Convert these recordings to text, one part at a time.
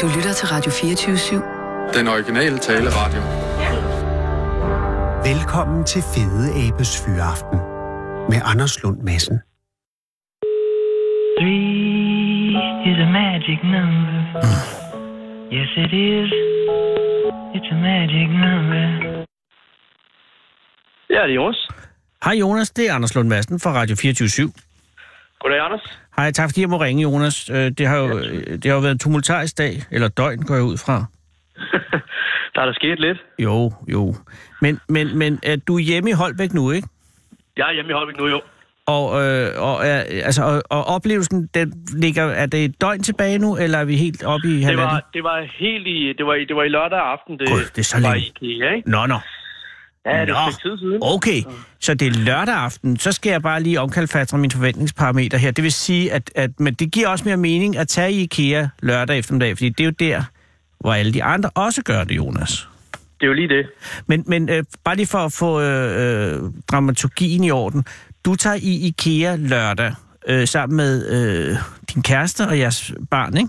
Du lytter til Radio 24 /7. Den originale taleradio. Velkommen til Fede Abes Fyraften med Anders Lund Madsen. Three is a magic number. Yes, it is. It's a magic number. Ja, det er Jonas. Hej Jonas, det er Anders Lund Madsen fra Radio 24 Goddag, Anders. Hej, tak fordi jeg må ringe, Jonas. Øh, Det har jo, øh, det har jo været en tumultarisk dag, eller døgn går jeg ud fra. Der er der sket lidt. Jo, jo. Men, men, men øh, du er hjemme i Holbæk nu, ikke? Jeg er hjemme i Holbæk nu, jo. Og, øh, og, er, altså, og, og oplevelsen, den ligger, er det et døgn tilbage nu, eller er vi helt oppe i Det halvanden? var, det var helt i, det var i, det var i lørdag aften, det, Gud, det er så var længe. i IKEA, ikke? Nå, nå. Ja, det er Nå. et stykke tid siden. Okay, så det er lørdag aften. Så skal jeg bare lige omkalfatre min forventningsparameter her. Det vil sige, at, at men det giver også mere mening at tage i IKEA lørdag eftermiddag, fordi det er jo der, hvor alle de andre også gør det, Jonas. Det er jo lige det. Men, men øh, bare lige for at få øh, øh, dramaturgien i orden. Du tager i IKEA lørdag øh, sammen med øh, din kæreste og jeres barn, ikke?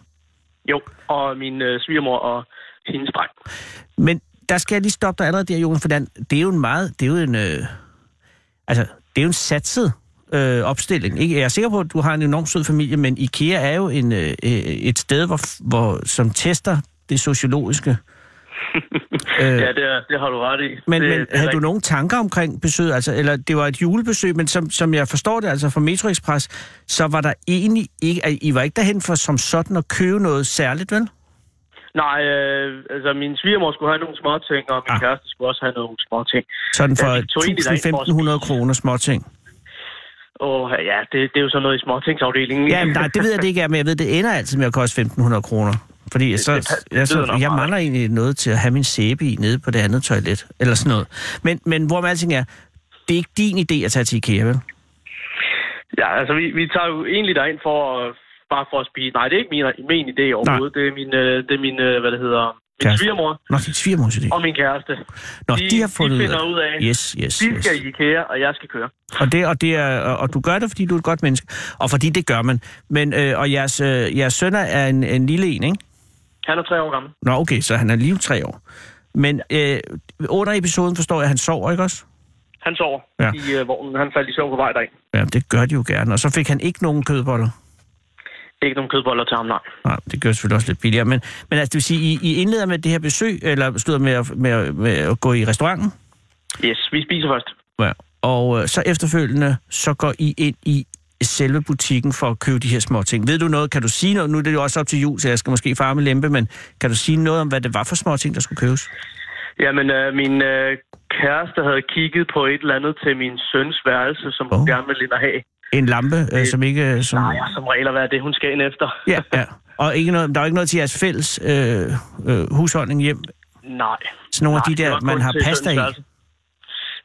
Jo, og min øh, svigermor og hendes dreng. Men der skal jeg lige stoppe dig allerede der, Jonas, for den- det er jo en meget... Det er jo en, øh, altså, det er jo en satset øh, opstilling. Ikke? Jeg er sikker på, at du har en enormt sød familie, men IKEA er jo en, øh, øh, et sted, hvor, hvor, som tester det sociologiske. øh, Ja, det, er- det har du ret i. Men, det, men det er havde du rigtigt. nogen tanker omkring besøget? Altså, eller det var et julebesøg, men som, som jeg forstår det, altså fra Metro Express, så var der egentlig ikke... at I var ikke derhen for som sådan at købe noget særligt, vel? Nej, øh, altså min svigermor skulle have nogle små ting, og min Ah. ah. kæreste skulle også have nogle små ting. Sådan Ja, vi tog egentlig derind for at for 1.000-1.500 kroner småting. Og ja, det, det er jo sådan noget i småtingsafdelingen. Ja, men nej, det ved jeg det ikke er, men jeg ved, det ender altid med at koste 1.500 kroner. Fordi så, det pa- det jeg, lyder så, nok jeg meget. mangler egentlig noget til at have min sæbe i nede på det andet toilet, eller sådan noget. Men, men hvor alting er, det er ikke din idé at tage til IKEA, vel? Ja, altså vi, vi tager jo egentlig derind for at, bare for at spise. Nej, det er ikke min, min idé overhovedet. Det er min, øh, det er min øh, hvad det hedder, min Kæreste. svigermor Nå, det er svigermors idé. og min kæreste. Nå, de- de, har de fundet finder ud af- Yes, yes, De yes. skal i IKEA, og jeg skal køre. Og, det, og, det er, og og du gør det, fordi du er et godt menneske. Og fordi det gør man. Men, øh, og jeres, øh, jeres søn er en, en lille en, ikke? Han er tre år gammel. Nå, okay, så han er lige tre år. Men øh, under episoden forstår jeg, at han sover, ikke også? Han sover Ja. ja. i øh, vognen. Han faldt i søvn på vej derind. Ja, det gør de jo gerne. Og så fik han ikke nogen kødboller. Ikke nogen kødboller til ham, nej. Nej, det gør selvfølgelig også lidt billigere. Men, men altså, det vil sige, I, I indleder med det her besøg, eller slutter med at, med, at- med at gå i restauranten? Yes, vi spiser først. Ja. Og øh, så efterfølgende, så går I ind i selve butikken for at købe de her små ting. Ved du noget? Kan du sige noget? Nu er det jo også op til jul, så jeg skal måske farme lempe, men kan du sige noget om, hvad det var for små ting, der skulle købes? Jamen, øh, min øh, kæreste havde kigget på et eller andet til min søns værelse, som hun Åh. gerne ville ind og have. En lampe, øh, som ikke... øh, Som... Nej, som regel at være det, hun skal ind efter. Ja, ja. Og ikke noget, der er jo ikke noget til jeres fælles øh, øh, husholdning hjem. Nej. Sådan nogle af de Nej, det der, var man kun har til pasta i. søns værelse.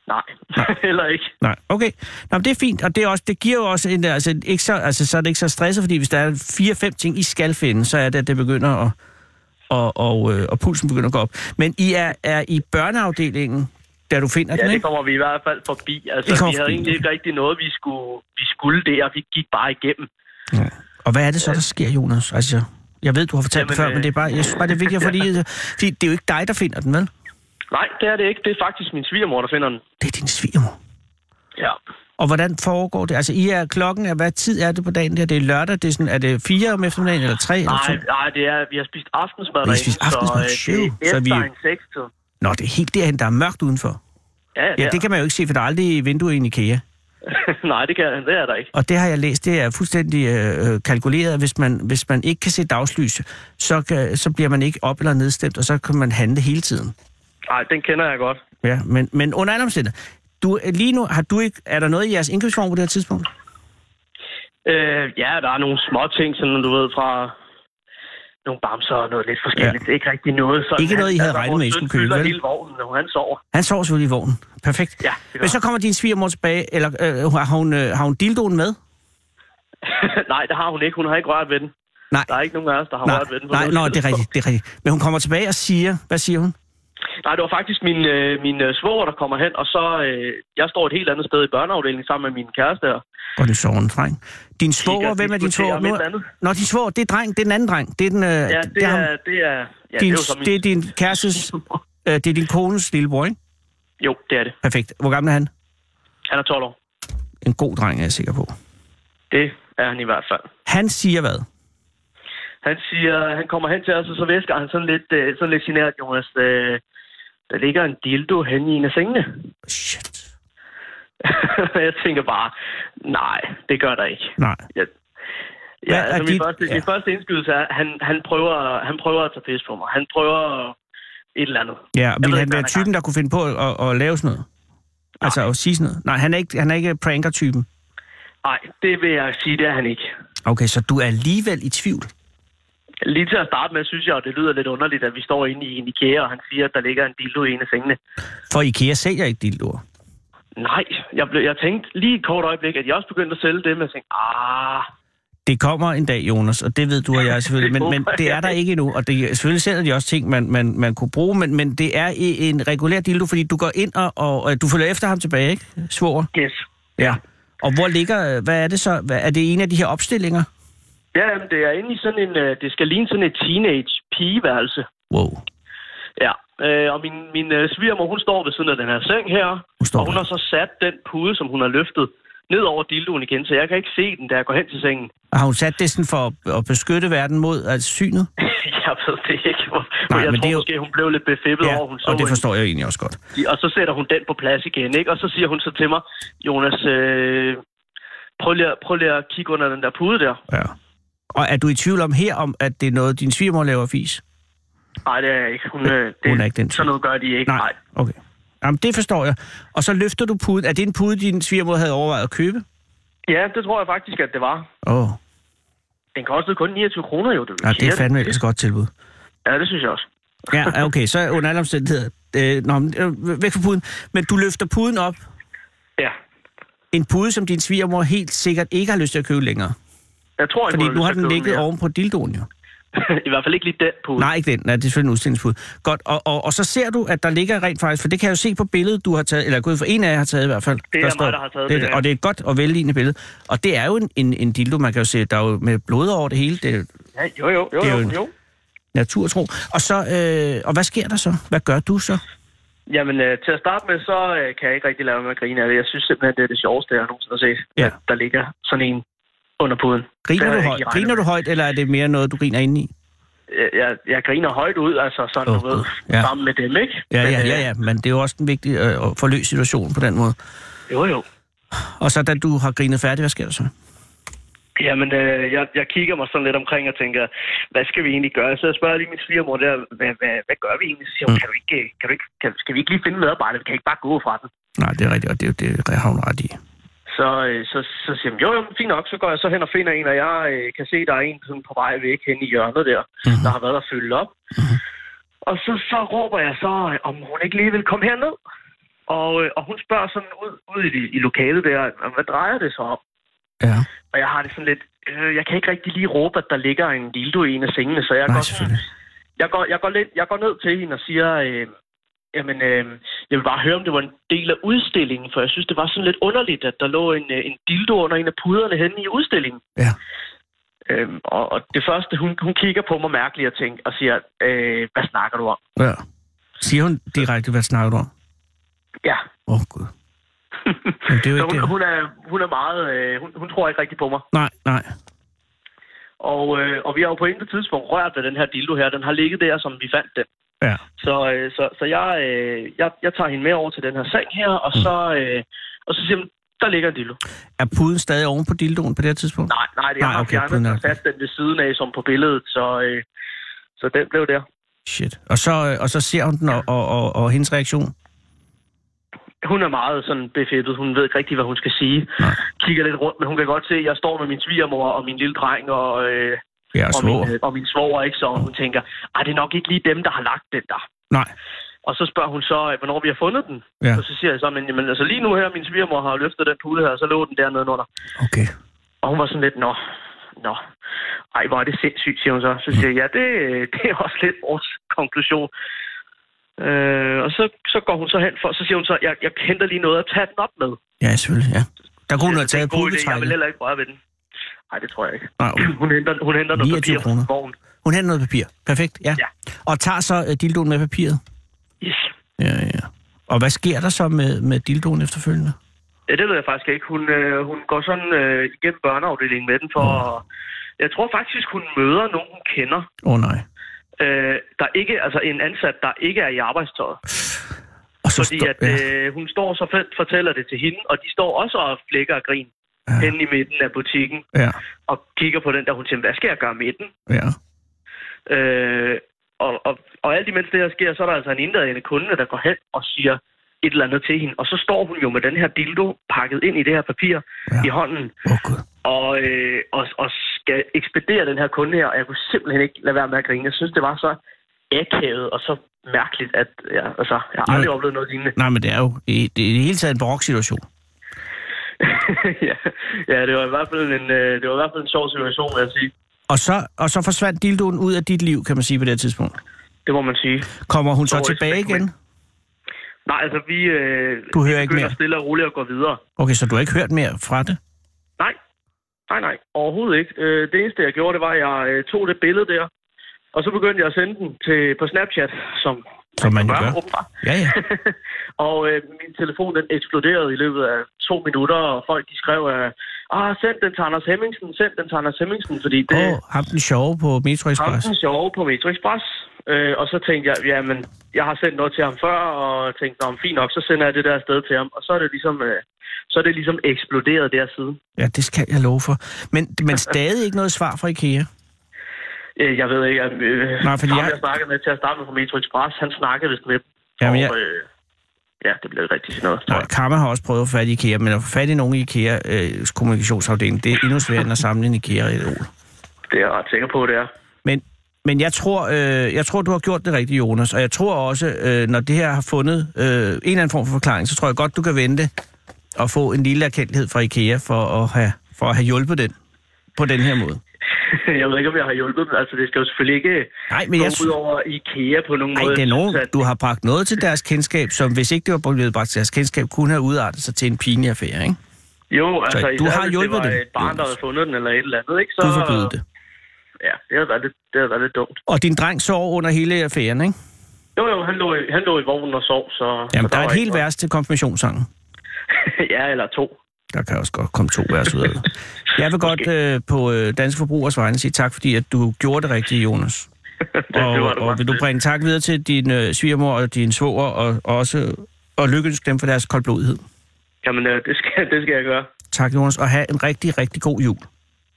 Nej, heller ikke. Nej, okay. Nå, men det er fint, og det, er også, det giver jo også en, altså, ikke så, altså, så er det ikke så stresset, fordi hvis der er fire-fem ting, I skal finde, så er det, at det begynder at, og, og, øh, og pulsen begynder at gå op. Men I er, er i børneafdelingen, da du finder Ja, den, det ikke? kommer vi i hvert fald forbi. Altså, Det kommer vi havde forbi, egentlig ikke rigtig noget, vi skulle, vi skulle der. Vi gik bare igennem. Og hvad er det så, der sker, Jonas? Altså, jeg ved, du har fortalt det Jamen, før, men det er bare, jeg synes bare, det er vigtigt, fordi, fordi det er jo ikke dig, der finder den, vel? Nej, det er det ikke. Det er faktisk min svigermor, der finder den. Det er din svigermor. Ja. Og hvordan foregår det? Altså, I er klokken er, hvad tid er det på dagen der? Det er lørdag, det er sådan, er det fire om eftermiddagen, eller tre, eller to? Nej, nej, det er, vi har spist aftensmad Vi har spist så, aftensmad, øh, syv, det er så efter vi- en sekstid. Nå, det er helt derhen, der er mørkt udenfor. Ja, Ja, det kan man jo ikke se, for der er aldrig vinduer i en IKEA. nej, det, kan, det er der ikke. Og det har jeg læst, det er fuldstændig øh, kalkuleret. Hvis man, hvis man ikke kan se dagslys, så, kan, så bliver man ikke op- eller nedstemt, og så kan man handle hele tiden. Nej, den kender jeg godt. Ja, men, men under alle omstændigheder, du, lige nu, har du ikke, er der noget i jeres indkøbsform på det her tidspunkt? Øh, ja, der er nogle små ting, sådan du ved, fra nogle bamser og noget lidt forskelligt. Ja. Ikke rigtig noget. Sådan, Ikke noget, I havde altså, regnet med, I vores skulle søn købe, fylder vel? hele vognen, når han sover. Han sover selvfølgelig i vognen. Perfekt. Ja, det gør men så han. kommer din svigermor tilbage, eller øh, har, hun, øh, har hun dildoen med? nej, det har hun ikke. Hun har ikke rørt ved den. Nej. Der er ikke nogen af os, der har nej, rørt ved den. på nej, noget nej, det er tidspunkt. rigtigt, det er rigtigt. Men hun kommer tilbage og siger, hvad siger hun? Nej, det var faktisk min, øh, min øh, svoger, der kommer hen, og så... Øh, jeg står et helt andet sted i børneafdelingen sammen med min kæreste. Og Og den sovende dreng. Din svoger, hvem er din diskuterer svoger? om Nu- et eller andet. Nå, din svoger, det er dreng, det er den anden dreng. Det er den, øh, ja, det, det er ham. er, det er... Ja, din, det er jo så min... det er din kærestes, øh, det er din kones lillebror, ikke? Jo, det er det. Perfekt. Hvor gammel er han? Han er 12 år. En god dreng, er jeg sikker på. Det er han i hvert fald. Han siger hvad? Han siger, han kommer hen til os, og så væsker han sådan lidt, øh, sådan lidt genert, Jonas. Øh, der ligger en dildo hen i en af sengene. Shit. jeg tænker bare, nej, det gør der ikke. Nej. Jeg, ja, Hvad er altså, min, dit- første, ja. min første indskydelse er, at han, han, prøver, han prøver at tage pis på mig. Han prøver et eller andet. Ja, ved vil han ikke, være hvad han er typen, der kunne finde på at, at, at lave sådan noget? Altså at sige sådan noget? Nej, han er ikke, han er ikke pranker-typen. Nej, det vil jeg sige, det er han ikke. Okay, så du er alligevel i tvivl. Lige til at starte med, synes jeg, at det lyder lidt underligt, at vi står inde i en IKEA, og han siger, at der ligger en dildo i en af sengene. For IKEA sælger ikke dildoer. Nej, jeg, blev, jeg tænkte lige et kort øjeblik, at jeg også begyndte at sælge det, men jeg tænkte, ah, Det kommer en dag, Jonas, og det ved du og jeg selvfølgelig, men, men det er der ikke endnu, og det, selvfølgelig sælger de også ting, man, man, man kunne bruge, men, men det er i en regulær dildo, fordi du går ind og, og, og du følger efter ham tilbage, ikke? Svoger? yes. Ja. Og hvor ligger, øh, hvad er det så? Hvad- Er det en af de her opstillinger? Ja, jamen, det er inde i sådan en, øh, det skal ligne sådan et teenage pigeværelse. Wow. Ja, øh, og min, min øh, svigermor, hun står ved siden af den her seng her, Hun står og hun der. har så sat den pude, som hun har løftet, ned over dildoen igen, så jeg kan ikke se den, da jeg går hen til sengen. Og har hun sat det sådan for at- at beskytte verden mod altså, synet? jeg ved det ikke, hvor, Nej, Nej, jeg men tror det er jo... jo- måske, hun blev lidt befippet ja, over, hun så og det en- forstår jeg egentlig også godt. Og så sætter hun den på plads igen, ikke? Og så siger hun så til mig, Jonas, øh, prøv, lige, at- prøv lige at kigge under den der pude der. Ja. Og er du i tvivl om her, om at det er noget, din svigermor laver fis? Nej, det er jeg ikke. Hun, øh, det, Hun er ikke den type. Sådan noget gør de ikke. Nej. Okay. Jamen, det forstår jeg. Og så løfter du puden. Er det en pude, din svigermor havde overvejet at købe? Ja, det tror jeg faktisk, at det var. Åh, oh, Den kostede kun 29 kroner, jo. ja, det er fandme et godt tilbud. Ja, det synes jeg også. Ja, okay, så under alle omstændigheder. Øh, nå, men, øh, væk fra puden. Men du løfter puden op. Ja. En pude, som din svigermor helt sikkert ikke har lyst til at købe længere. Jeg tror, Fordi jeg nu har den ligget oven på dildoen jo. I hvert fald ikke lige den pude. Nej, ikke den. Nej, det er selvfølgelig en udstillingspude. Godt, og, og, og så ser du, at der ligger rent faktisk, for det kan jeg jo se på billedet, du har taget, eller gået for en af jer har taget i hvert fald. er mig, står- der har taget det. det, er- ja. Og det er et godt og velligende billede. Og det er jo en, en, en dildo, man kan jo se, der er jo med blod over det hele. Det er Ja, jo, jo, jo, Det er jo jo, en- jo. naturtro. Og, så, øh, og hvad sker der så? Hvad gør du så? Jamen, øh, til at starte med, så øh, kan jeg ikke rigtig lade være med at grine af det. Jeg synes simpelthen, det er det sjoveste, jeg nogensinde har set. Ja. At Der ligger sådan en under puden. Griner, Det du havde jeg højt, ikke regnet griner du højt, eller er det mere noget, du griner ind i? Jeg, jeg, jeg griner højt ud, altså sådan, Åh, du ved, Gud. Ja. sammen med dem, ikke? Ja, Men, ja, øh, ja, ja, men det er jo også en vigtig øh, at forløse situation på den måde. Jo, jo. Og så da du har grinet færdig, hvad sker der så? Jamen, øh, jeg, jeg kigger mig sådan lidt omkring og tænker, hvad skal vi egentlig gøre? Så jeg spørger lige min svigermor der, hvad, hvad, hvad gør vi egentlig? Så siger hun, Mm. kan du ikke, øh, kan du ikke, kan, skal vi ikke lige finde medarbejdere? Vi kan ikke bare gå fra den. Nej, det er rigtigt, og det er jo det, jeg har hun ret i. Så, øh, så, så siger hun, jo, jo, men fint nok, så går jeg så hen og finder en, og jeg øh, kan se, der er en sådan på vej væk hen i hjørnet der, Mhm. mm-hmm. der har været at fylde op. Mm-hmm. Og så, så råber jeg så, øh, om hun ikke lige vil komme herned. Og, øh, og hun spørger sådan ud, ud i, i lokalet der, hvad drejer det sig om? Ja. Og jeg har det sådan lidt, øh, jeg kan ikke rigtig lige råbe, at der ligger en dildo i en af sengene, så jeg Nej, går, selvfølgelig. jeg går, jeg går, lidt, jeg går ned til hende og siger, øh, jamen, øh, jeg vil bare høre, om det var en del af udstillingen, for jeg synes, det var sådan lidt underligt, at der lå en, øh, en dildo under en af puderne henne i udstillingen. Ja. Øhm, og, og det første, hun, hun kigger på mig mærkeligt og tænker, og siger, øh, hvad snakker du om? Ja. Siger hun direkte, hvad snakker du om? Ja. Åh, oh, gud. Jamen, det er jo Så ikke hun, det. hun, er, hun er meget, øh, hun, hun tror ikke rigtig på mig. Nej, nej. Og, øh, og vi har jo på intet tidspunkt rørt ved den her dildo her. Den har ligget der, som vi fandt den. Ja. Så, øh, så, så jeg, øh, jeg, jeg tager hende med over til den her seng her, og Mm. så, øh, og så siger hun, der ligger en dildo. Er puden stadig oven på dildoen på det her tidspunkt? Nej, nej, det er Nej, nej, okay, okay, puden fjernet er og okay. sat den ved siden af, som på billedet, så, øh, så den blev der. Shit. Og så, øh, og så ser hun den, og, og, og, og hendes reaktion? Hun er meget sådan befættet. Hun ved ikke rigtig, hvad hun skal sige. Nej. Kigger lidt rundt, men hun kan godt se, at jeg står med min svigermor og min lille dreng og, øh, Ja, og og, min, svoger. øh, og min svoger, ikke? Så hun tænker, at det er nok ikke lige dem, der har lagt den der. Nej. Og så spørger hun så, øh, hvornår vi har fundet den. Ja. Og så siger jeg så, men jamen, altså, lige nu her, min svigermor har løftet den pude her, og så lå den dernede under. Okay. Og hun var sådan lidt, nå, nå, ej, hvor er det sindssygt, siger hun så. Så siger jeg, ja, det, det er også lidt vores konklusion. Øh, og så, så går hun så hen for, så siger hun så, jeg, jeg kender lige noget at tage den op med. Ja, selvfølgelig, ja. Der kunne hun have det er taget en god idé. Jeg vil pubetrækket. heller ikke røre ved den. Nej, det tror jeg ikke. Nej, okay. Hun henter, hun henter noget 29 papir kroner. fra vognen. Hun henter noget papir. Perfekt, ja. Ja. Og tager så uh, dildoen med papiret. Yes. Ja, ja. Og hvad sker der så med, med dildoen efterfølgende? Ja, det ved jeg faktisk ikke. Hun, øh, hun går sådan øh, igennem børneafdelingen med den for... at- Jeg tror faktisk, hun møder nogen, hun kender, Åh oh, nej. øh, der ikke, altså en ansat, der ikke er i arbejdstøjet. Og så Fordi stå- at øh, hun står så felt, fortæller det til hende, og de står også og flækker og grin Ja. ja. hen i midten af butikken ja, og kigger på den der, hun siger, hvad skal jeg gøre med den? ja, ja. Øh, og, og, og alt imens det her sker, så er der altså en indadende kunde, der går hen og siger et eller andet til hende. Og så står hun jo med den her dildo pakket ind i det her papir Ja. ja. i hånden, Åh oh, gud. og, øh, og, og skal ekspedere den her kunde her, og jeg kunne simpelthen ikke lade være med at grine. Jeg synes, det var så akavet og så mærkeligt, at ja, altså, jeg har aldrig Nej. oplevet noget lignende. Nej, men det er jo i, det er i det hele taget en barok situation. ja, ja, det var i hvert fald en, øh, det var i hvert fald en sjov situation, vil jeg sige. Og så, og så forsvandt dildoen ud af dit liv, kan man sige på det her tidspunkt. Det må man sige. Kommer hun så Stor tilbage respekt, igen? men- Nej, altså, vi, øh, Du hører ikke begynder mere. stille og roligt at gå videre. Okay, så du har ikke hørt mere fra det? Nej. Nej, nej. Overhovedet ikke. Øh, det eneste, jeg gjorde, det var, at jeg øh, tog det billede der, og så begyndte jeg at sende den til, på Snapchat, som, Som man jo gør. åbenbart. Ja, ja. og øh, min telefon, den eksploderede i løbet af to minutter, og folk, de skrev, øh, ah, send den til Anders Hemmingsen, send den til Anders Hemmingsen, fordi det Åh, er oh, ham den sjove på Metro ham Express. den sjove på Metro Express. Øh, og så tænkte jeg, jamen, jeg har sendt noget til ham før, og tænkte, om fint nok, så sender jeg det der afsted til ham. Og så er det ligesom, øh, så er det ligesom eksploderet der siden. Ja, det skal jeg love for. Men, men stadig ikke noget svar fra IKEA. Øh, Jeg ved ikke, at øh, Nej, Nej, fordi fordi ham, jeg- jeg... jeg snakkede med til at starte med fra Metro Express, han snakkede vist med dem. Jamen, og, jeg- øh, ja, det blev ikke rigtig til noget. Nej, Karma har også prøvet at få fat i IKEA, men at få fat i nogen i IKEA's øh, kommunikationsafdeling, det er endnu sværere end at samle en IKEA i et år. Det er jeg ret sikker på, det er. Men, men jeg, tror, øh, jeg tror, du har gjort det rigtigt, Jonas. Og jeg tror også, øh, når det her har fundet øh, en eller anden form for forklaring, så tror jeg godt, du kan vente og få en lille erkendelighed fra IKEA for at have, for at have hjulpet den på den her måde. jeg ved ikke, om jeg har hjulpet dem. Altså, det skal jo selvfølgelig ikke Nej, Men men jeg gå ud tror... over IKEA på nogen Ej, måde. Altså, det er nogen, Så- du har bragt noget til deres kendskab, som hvis ikke det var blevet bragt til deres kendskab, kunne have udartet sig til en pinlig affære, ikke? Jo, altså, du især har hvis hjulpet det var dem, et barn, der Jonas. havde fundet den eller et eller andet, ikke? Så, Du forbød det. Ja, det havde været lidt, det havde været lidt dumt. Og din dreng sov under hele affæren, ikke? Jo, jo, han lå, i- han lå i vognen og sov, så... Jamen, så der er var et helt ikke noget. vers til konfirmationssangen. ja, eller to. Der kan også godt komme to vers ud af det. Jeg vil godt øh, på øh, Danske Forbrugers vegne sige tak, fordi at du gjorde det rigtige, Jonas. det Og, var det og godt. vil du bringe tak videre til din øh, svigermor og din svoger, og, og også og lykkeønske dem for deres koldblodighed. Jamen, øh, det skal, det skal jeg gøre. Tak, Jonas, og have en rigtig, rigtig god jul.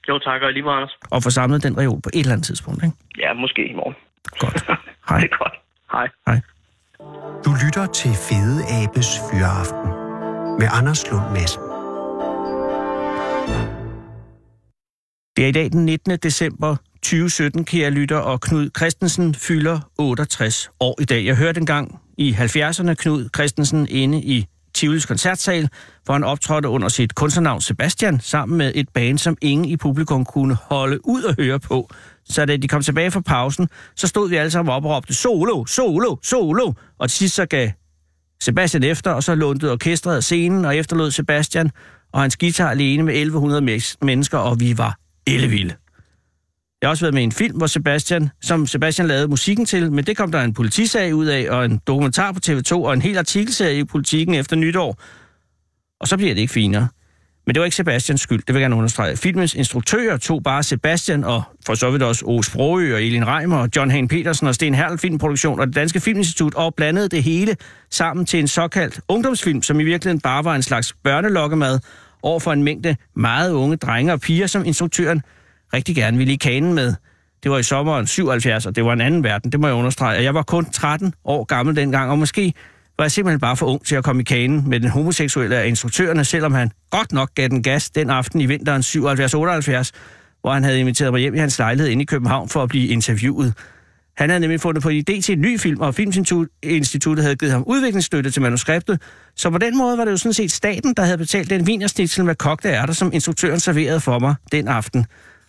Jo, tak, og lige meget, Anders. Og få samlet den reol på et eller andet tidspunkt, ikke? Ja, måske i morgen. Godt. Hej. Det er godt. Hej. Hej. Du lytter til Fede Abes Fyraften med Anders Lund Madsen. Det er i dag den 19. december 2017, kære lytter, og Knud Christensen fylder 68 år i dag. Jeg hørte engang i 70'erne Knud Christensen inde i Tivolis koncertsal, hvor han optrådte under sit kunstnernavn Sebastian, sammen med et band, som ingen i publikum kunne holde ud at høre på. Så da de kom tilbage fra pausen, så stod vi alle sammen op og råbte solo, solo, solo, og til sidst så gav Sebastian efter, og så lånte orkestret af scenen og efterlod Sebastian og hans guitar alene med 1100 mes- mennesker, og vi var ellevilde. Jeg har også været med i en film, hvor Sebastian, som Sebastian lavede musikken til, men det kom der en politisag ud af, og en dokumentar på TV2, og en hel artikelserie i politikken efter nytår. Og så bliver det ikke finere. Men det var ikke Sebastians skyld, det vil jeg gerne understrege. Filmens instruktører tog bare Sebastian og for så vidt også Åge Sprogø og Elin Reimer og John Hagen Petersen og Sten Hertel Filmproduktion og det Danske Filminstitut og blandede det hele sammen til en såkaldt ungdomsfilm, som i virkeligheden bare var en slags børnelokkemad over for en mængde meget unge drenge og piger, som instruktøren rigtig gerne ville i kanen med. Det var i sommeren 77, og det var en anden verden, det må jeg understrege. Og Jeg var kun 13 år gammel dengang, og måske var jeg simpelthen bare for ung til at komme i kanen med den homoseksuelle af instruktørerne, selvom han godt nok gav den gas den aften i vinteren 77-78, hvor han havde inviteret mig hjem i hans lejlighed inde i København for at blive interviewet. Han havde nemlig fundet på en idé til en ny film, og Filminstituttet havde givet ham udviklingsstøtte til manuskriptet. Så på den måde var det jo sådan set staten, der havde betalt den vinersnitsel med kogte ærter, som instruktøren serverede for mig den aften.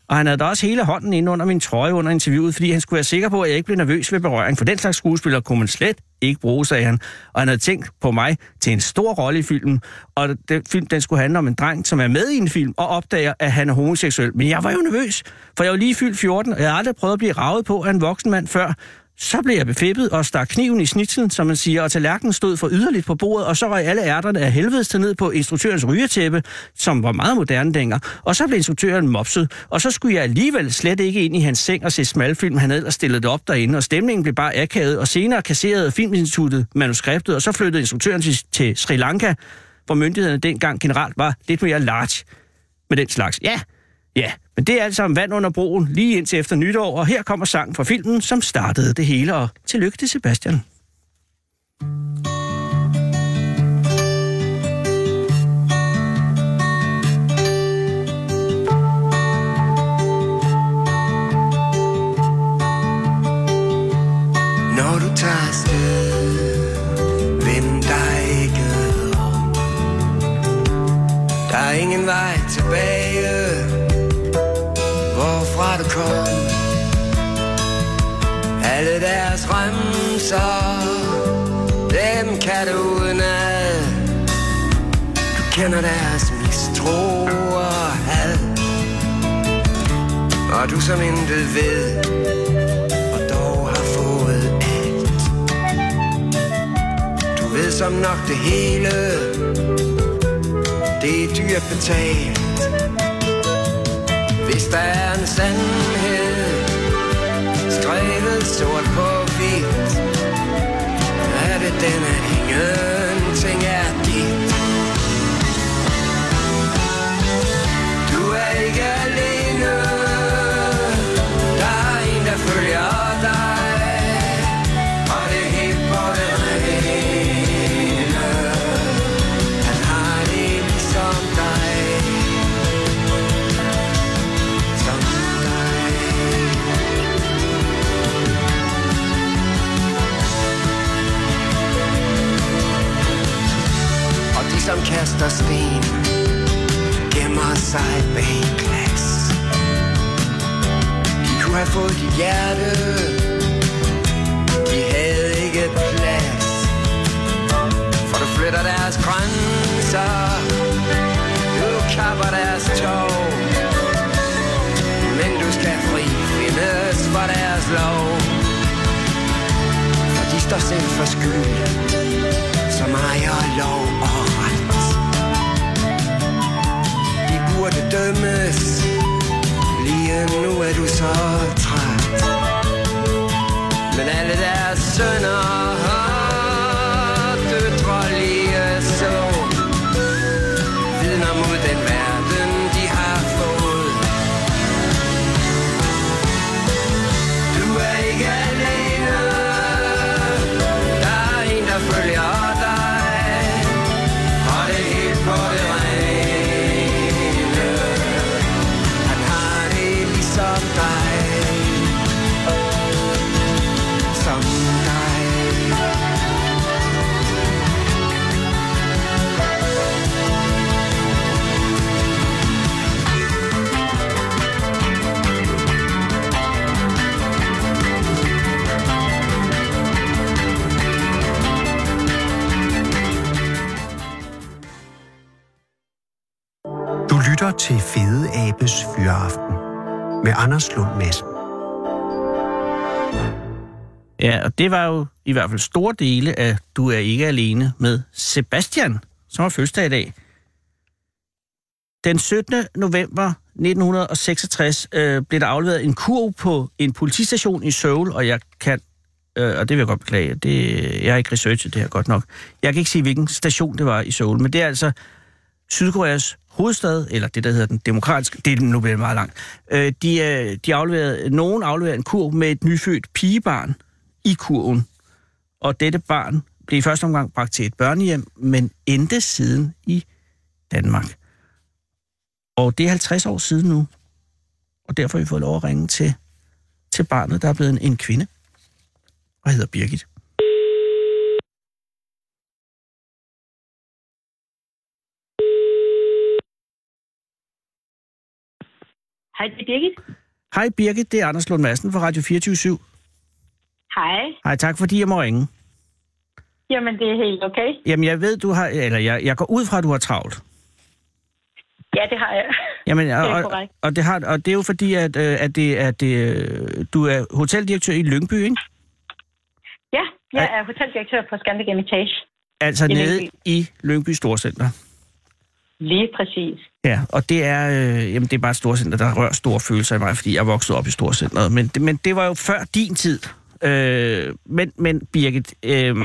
Og han havde da også hele hånden inde under min trøje under interviewet, fordi han skulle være sikker på, at jeg ikke blev nervøs ved berøring. For den slags skuespiller kunne man slet ikke bruge, sagde han. Og han havde tænkt på mig til en stor rolle i filmen. Og den film, den skulle handle om en dreng, som er med i en film og opdager, at han er homoseksuel. Men jeg var jo nervøs, for jeg var lige fyldt 14, og jeg havde aldrig prøvet at blive ravet på af en voksen mand før. Så blev jeg befippet og stak kniven i snitselen, som man siger, og tallerkenen stod for yderligt på bordet, og så røg alle ærterne af helvedes til ned på instruktørens rygetæppe, som var meget moderne dengang. Og så blev instruktøren mopset, og så skulle jeg alligevel slet ikke ind i hans seng og se smalfilm, han havde ellers stillet det op derinde, og stemningen blev bare akavet, og senere kasserede Filminstituttet manuskriptet, og så flyttede instruktøren til, til Sri Lanka, hvor myndighederne dengang generelt var lidt mere large med den slags. Ja, Ja, men det er alt sammen vand under broen lige indtil efter nytår, og her kommer sangen fra filmen, som startede det hele, og tillykke til Sebastian. Når du tager afsted, vend dig ikke om. Der er ingen vej tilbage, hvorfra du kom. Alle deres remser, dem kan du udenad. Du kender deres mistro og had. Og du som intet ved, og dog har fået alt. Du ved som nok det hele, det er dyrt betalt. Hvis der er en sandhed, skrevet sort på hvidt, er det den, at ingenting er dit. Du er ikke alene, der er en, der følger dig. Og det er helt på det rene Han har det ligesom dig Som dig Og de som kaster sten Gemmer sig bag glas De kunne have fået dit hjerte de havde ikke plads For du flytter deres grænser Du kapper deres tog Men du skal fri findes for deres lov For de står selv for skyld Som ejer lov og ret De burde dømmes Lige nu er du så træt men alle deres sønner og døtre lige så Vidner mod den verden, de har fået Du er ikke alene Der er en, der følger dig Og det er helt på det rene Han har det ligesom dig som dig. Du lytter til Fede Abes Fyraften med Anders Lund Madsen. Ja, og det var jo i hvert fald store dele af Du er ikke alene med Sebastian, som har fødselsdag i dag. Den 17. november 1966 øh, blev der afleveret en kurv på en politistation i Seoul, og jeg kan, øh, og det vil jeg godt beklage, det, jeg har ikke researchet det her godt nok. Jeg kan ikke sige, hvilken station det var i Seoul, men det er altså Sydkoreas hovedstad, eller det, der hedder den demokratiske, det er den- nu bliver det meget langt, øh, de, øh, de afleverede, nogen afleverede en kurv med et nyfødt pigebarn i kurven. Og dette barn blev i første omgang bragt til et børnehjem, men endte siden i Danmark. Og det er 50 år siden nu, og derfor har vi fået lov at ringe til, til barnet, der er blevet en, en kvinde, og hedder Birgit. Hej, det er Birgit. Hej Birgit, det er Anders Lund Madsen fra Radio 24 Hej. Hej, tak fordi jeg må ringe. Jamen, det er helt okay. Jamen, jeg ved, du har... Eller jeg, jeg går ud fra, at du har travlt. Ja, det har jeg. Jamen, og, Det er og, korrekt. og, det har, og det er jo fordi, at, øh, at, det, at det, øh, du er hoteldirektør i Lyngby, ikke? Ja, jeg er hoteldirektør på Scandic Imitage. Altså I nede Lyngby. i Lyngby Storcenter. Lige præcis. Ja, og det er, øh, jamen, det er bare et storcenter, der rører store følelser i mig, fordi jeg voksede op i storcenteret. Men, det- men det var jo før din tid. Øh, men, men Birgit, øh,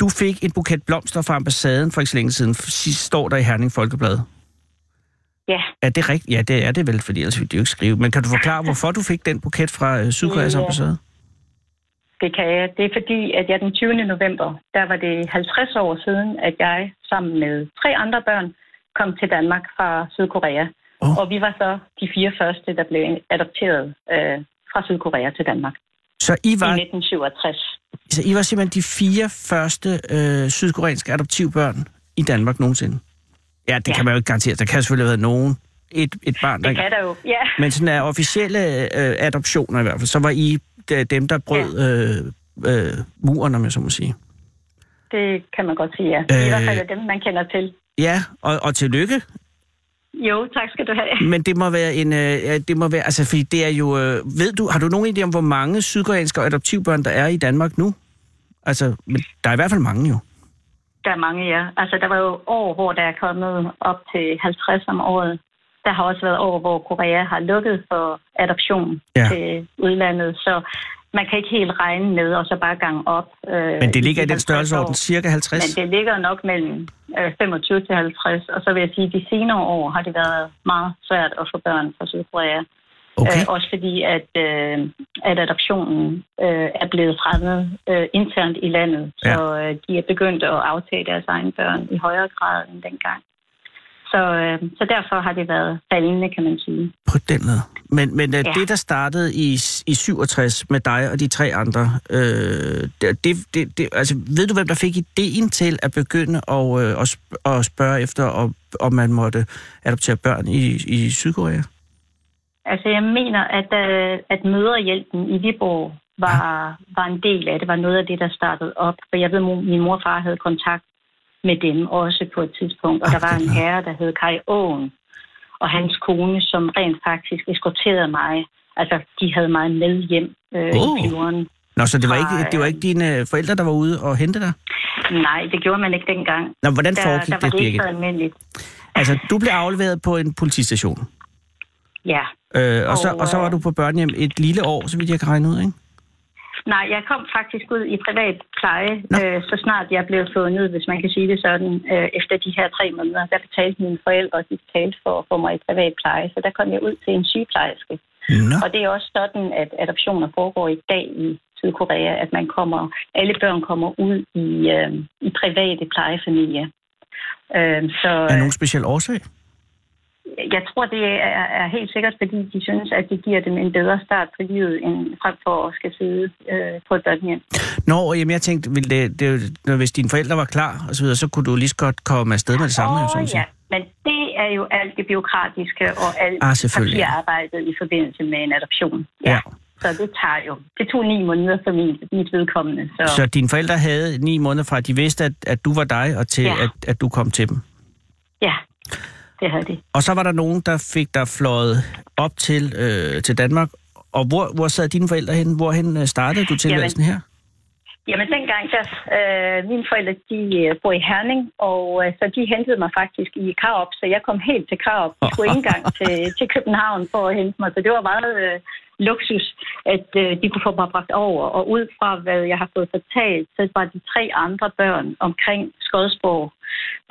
du fik en buket blomster fra ambassaden for ikke så længe siden. Sidst står der i Herning Folkeblad. Ja. Er det rigtigt? Ja, det er det vel, fordi ellers ville de jo ikke skrive. Men kan du forklare, hvorfor du fik den buket fra øh, Sydkoreas Ja. ambassade? Det kan jeg. Det er fordi, at jeg den 20. november, der var det 50 år siden, at jeg sammen med tre andre børn kom til Danmark fra Sydkorea. Åh. Oh. Og vi var så de fire første, der blev adopteret øh, fra Sydkorea til Danmark Så I i var, 1967. så I var simpelthen de fire første øh, sydkoreanske adoptivbørn i Danmark nogensinde? Ja, det ja. Ja. kan man jo ikke garantere. Der kan selvfølgelig have været nogen. Et, et barn, der Det ikke kan der jo. Ja, Men sådan af officielle øh, adoptioner i hvert fald, så var I øh, dem, der brød øh, øh, muren, om jeg så må sige. det kan man godt sige, ja. Det er I Øh. hvert fald dem, man kender til. Ja, og, og tillykke. Jo, tak skal du have. Men det må være en... Øh, ja, det må være, altså, fordi det er jo... Øh, ved du, har du nogen idé om, hvor mange sydkoreanske adoptivbørn, der er i Danmark nu? Altså, men der er i hvert fald mange jo. Der er mange, ja. Altså, der var jo år, hvor der er kommet op til 50 om året. Der har også været år, hvor Korea har lukket for adoption Ja. ja. til udlandet. Så man kan ikke helt regne med og så bare gange op. Øh, Men det ligger i de den 50 størrelseorden, år. cirka 50. Men det ligger nok mellem øh, 25 til 50. Og så vil jeg sige, at de senere år har det været meget svært at få børn fra Sydkorea. Okay. Øh, også fordi, at, øh, at adoptionen øh, er blevet fremmet øh, internt i landet. Så øh, de er begyndt at aftage deres egne børn i højere grad end dengang. Så, øh, så derfor har det været faldende, kan man sige. På den led. Men, men ja. Ja. det, der startede i, i 67 med dig og de tre andre, øh, det, det- det, det, altså, ved du, hvem der fik ideen til at begynde at, øh, at, sp- at spørge efter, om, om man måtte adoptere børn i, i Sydkorea? Altså jeg mener, at, øh, at møderhjælpen i Viborg var, var en del af det, var noget af det, der startede op. For jeg ved, at min mor og far havde kontakt med dem også på et tidspunkt. Og Ah, der var det en er- herre, der hed Kai Åen, og hans kone, som rent faktisk eskorterede mig. Altså, de havde mig med hjem øh, Oh. i fjorden. Nå, så det var, Nej. ikke, det var ikke dine øh, forældre, der var ude og hente dig? Nej, det gjorde man ikke dengang. Nå, hvordan Der, der foregik var det, det ikke Birgit? så almindeligt. Altså, du blev afleveret på en politistation, Ja. øh, og, så, Og, og så var øh, du på børnehjem et lille år, så vidt jeg kan regne ud, ikke? Nej, jeg kom faktisk ud i privat pleje, Nå. øh, så snart jeg blev fundet, hvis man kan sige det sådan. Øh, efter de her tre måneder, der betalte mine forældre, og de betalte for at få mig i privat pleje. Så der kom jeg ud til en sygeplejerske. Nå. Og det er også sådan, at adoptioner foregår i dag i Sydkorea, at man kommer, alle børn kommer ud i, øh, i private plejefamilier. Øh, så Er der nogen speciel årsag? jeg tror, det er, er helt sikkert, fordi de synes, at det giver dem en bedre start på livet, end frem for at skal sidde øh, på et børnehjem. Nå, jamen jeg tænkte, ville det, det, er jo- når- hvis dine forældre var klar, og så, videre, så kunne du lige så godt komme afsted med det samme. jo, Åh, sådan ja. set. Men det er jo alt det byråkratiske og alt Ah, selvfølgelig, ja. papirarbejdet i forbindelse med en adoption. Ja. Så det tager jo. Det tog ni måneder for min, mit vedkommende. Så, Så dine forældre havde ni måneder fra, at de vidste, at, at du var dig, og til, ja. Ja. at, at du kom til dem. ja, det havde det. Og så var der nogen, der fik dig fløjet op til, øh, til Danmark. Og hvor, hvor sad dine forældre henne? Hvorhen øh, startede du tilværelsen her? Jamen dengang, der, øh, mine forældre, de øh, bor i Herning, og øh, så de hentede mig faktisk i Karup, så jeg kom helt til Karup. Jeg skulle ikke engang til, til København for at hente mig, så det var meget øh, luksus, at øh, de kunne få mig bragt over. Og ud fra, hvad jeg har fået fortalt, så var de tre andre børn omkring Skodsborg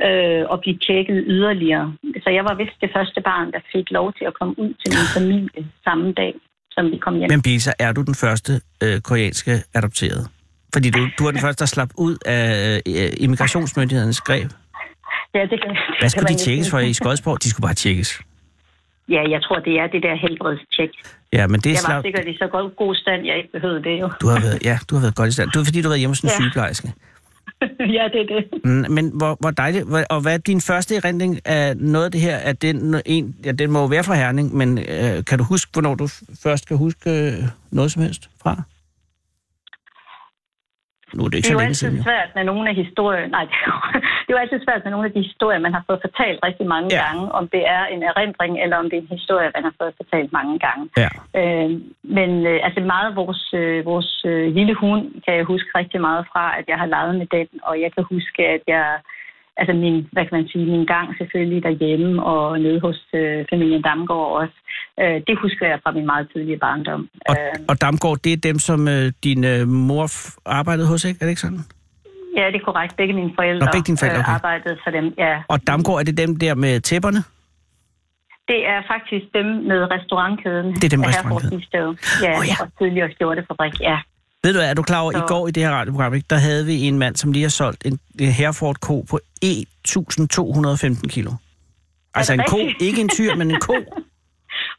øh, og blive tjekket yderligere. Så jeg var vist det første barn, der fik lov til at komme ud til min familie samme dag, som vi kom hjem. Men Bia, så er du den første øh, koreanske adopterede. Fordi du, du er den første, der slap ud af øh, immigrationsmyndighedernes greb. Ja, det kan, Hvad det kan skulle de man jo tjekkes sige. for i Skodsborg? De skulle bare tjekkes. Ja, jeg tror, det er det der helbredstjek. Ja, men det Jeg var slap... sikkert i så god, god stand, jeg ikke behøvede det jo. Du har været, ja, du har været godt i stand. Det er fordi, du har været hjemme hos en ja. Ja. sygeplejerske. ja, det er det. Mm, Men hvor, hvor dejligt. Hvor- Og hvad er din første erindring af noget af det her? At den, en, ja, den må jo være fra Herning, men øh, kan du huske, hvornår du f- først kan huske øh, noget som helst fra? Nu er det ikke Det er så jo længe siden, altid jo. svært med nogle af historier. Nej, det er jo, det er jo altid svært med nogle af de historier, man har fået fortalt rigtig mange Ja. ja. gange. Om det er en erindring, eller om det er en historie, man har fået fortalt mange gange. Ja. Øh, men øh, altså meget af vores, øh, vores øh, lille hund kan jeg huske rigtig meget fra, at jeg har leget med den, og jeg kan huske, at jeg altså min, hvad kan man sige, min gang selvfølgelig derhjemme og nede hos øh, familien Damgaard også. Øh, det husker jeg fra min meget tidlige barndom. Og, Øh, og Damgaard, det er dem, som øh, din øh, mor f- arbejdede hos, ikke? Er det ikke sådan? ja, det er korrekt. Begge mine forældre, Nå, begge dine forældre, okay. øh, arbejdede for dem. Ja. Og Damgaard, er det dem der med tæpperne? Det er faktisk dem med restaurantkæden. Det er dem med Herfords restaurantkæden. Bistad. Ja, Åh, oh, ja. ja, og tidligere skjortefabrik, ja. Ved du hvad, er du klar over, i Så- går i det her radioprogram, ikke, der havde vi en mand, som lige har solgt en, en Herford ko på 1.215 kilo. Altså det en ko, rigtigt? ikke en tyr, men en ko. Det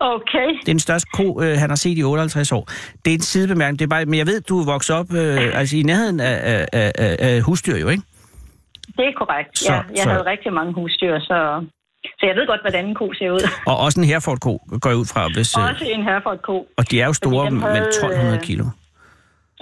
Okay. er den største ko, øh, han har set i 58 år. Det er en sidebemærkning, det er bare, men jeg ved, du er vokset op øh, altså i nærheden af, af- af, af, af husdyr jo, ikke? Det er korrekt. Så- ja, jeg så- havde rigtig mange husdyr, så, så jeg ved godt, hvordan en ko ser ud. Og også en Herford-ko går jeg ud fra, hvis, øh, Også en Herford-ko. og de er jo store, Fordi men den havde, 1.200 øh, kilo.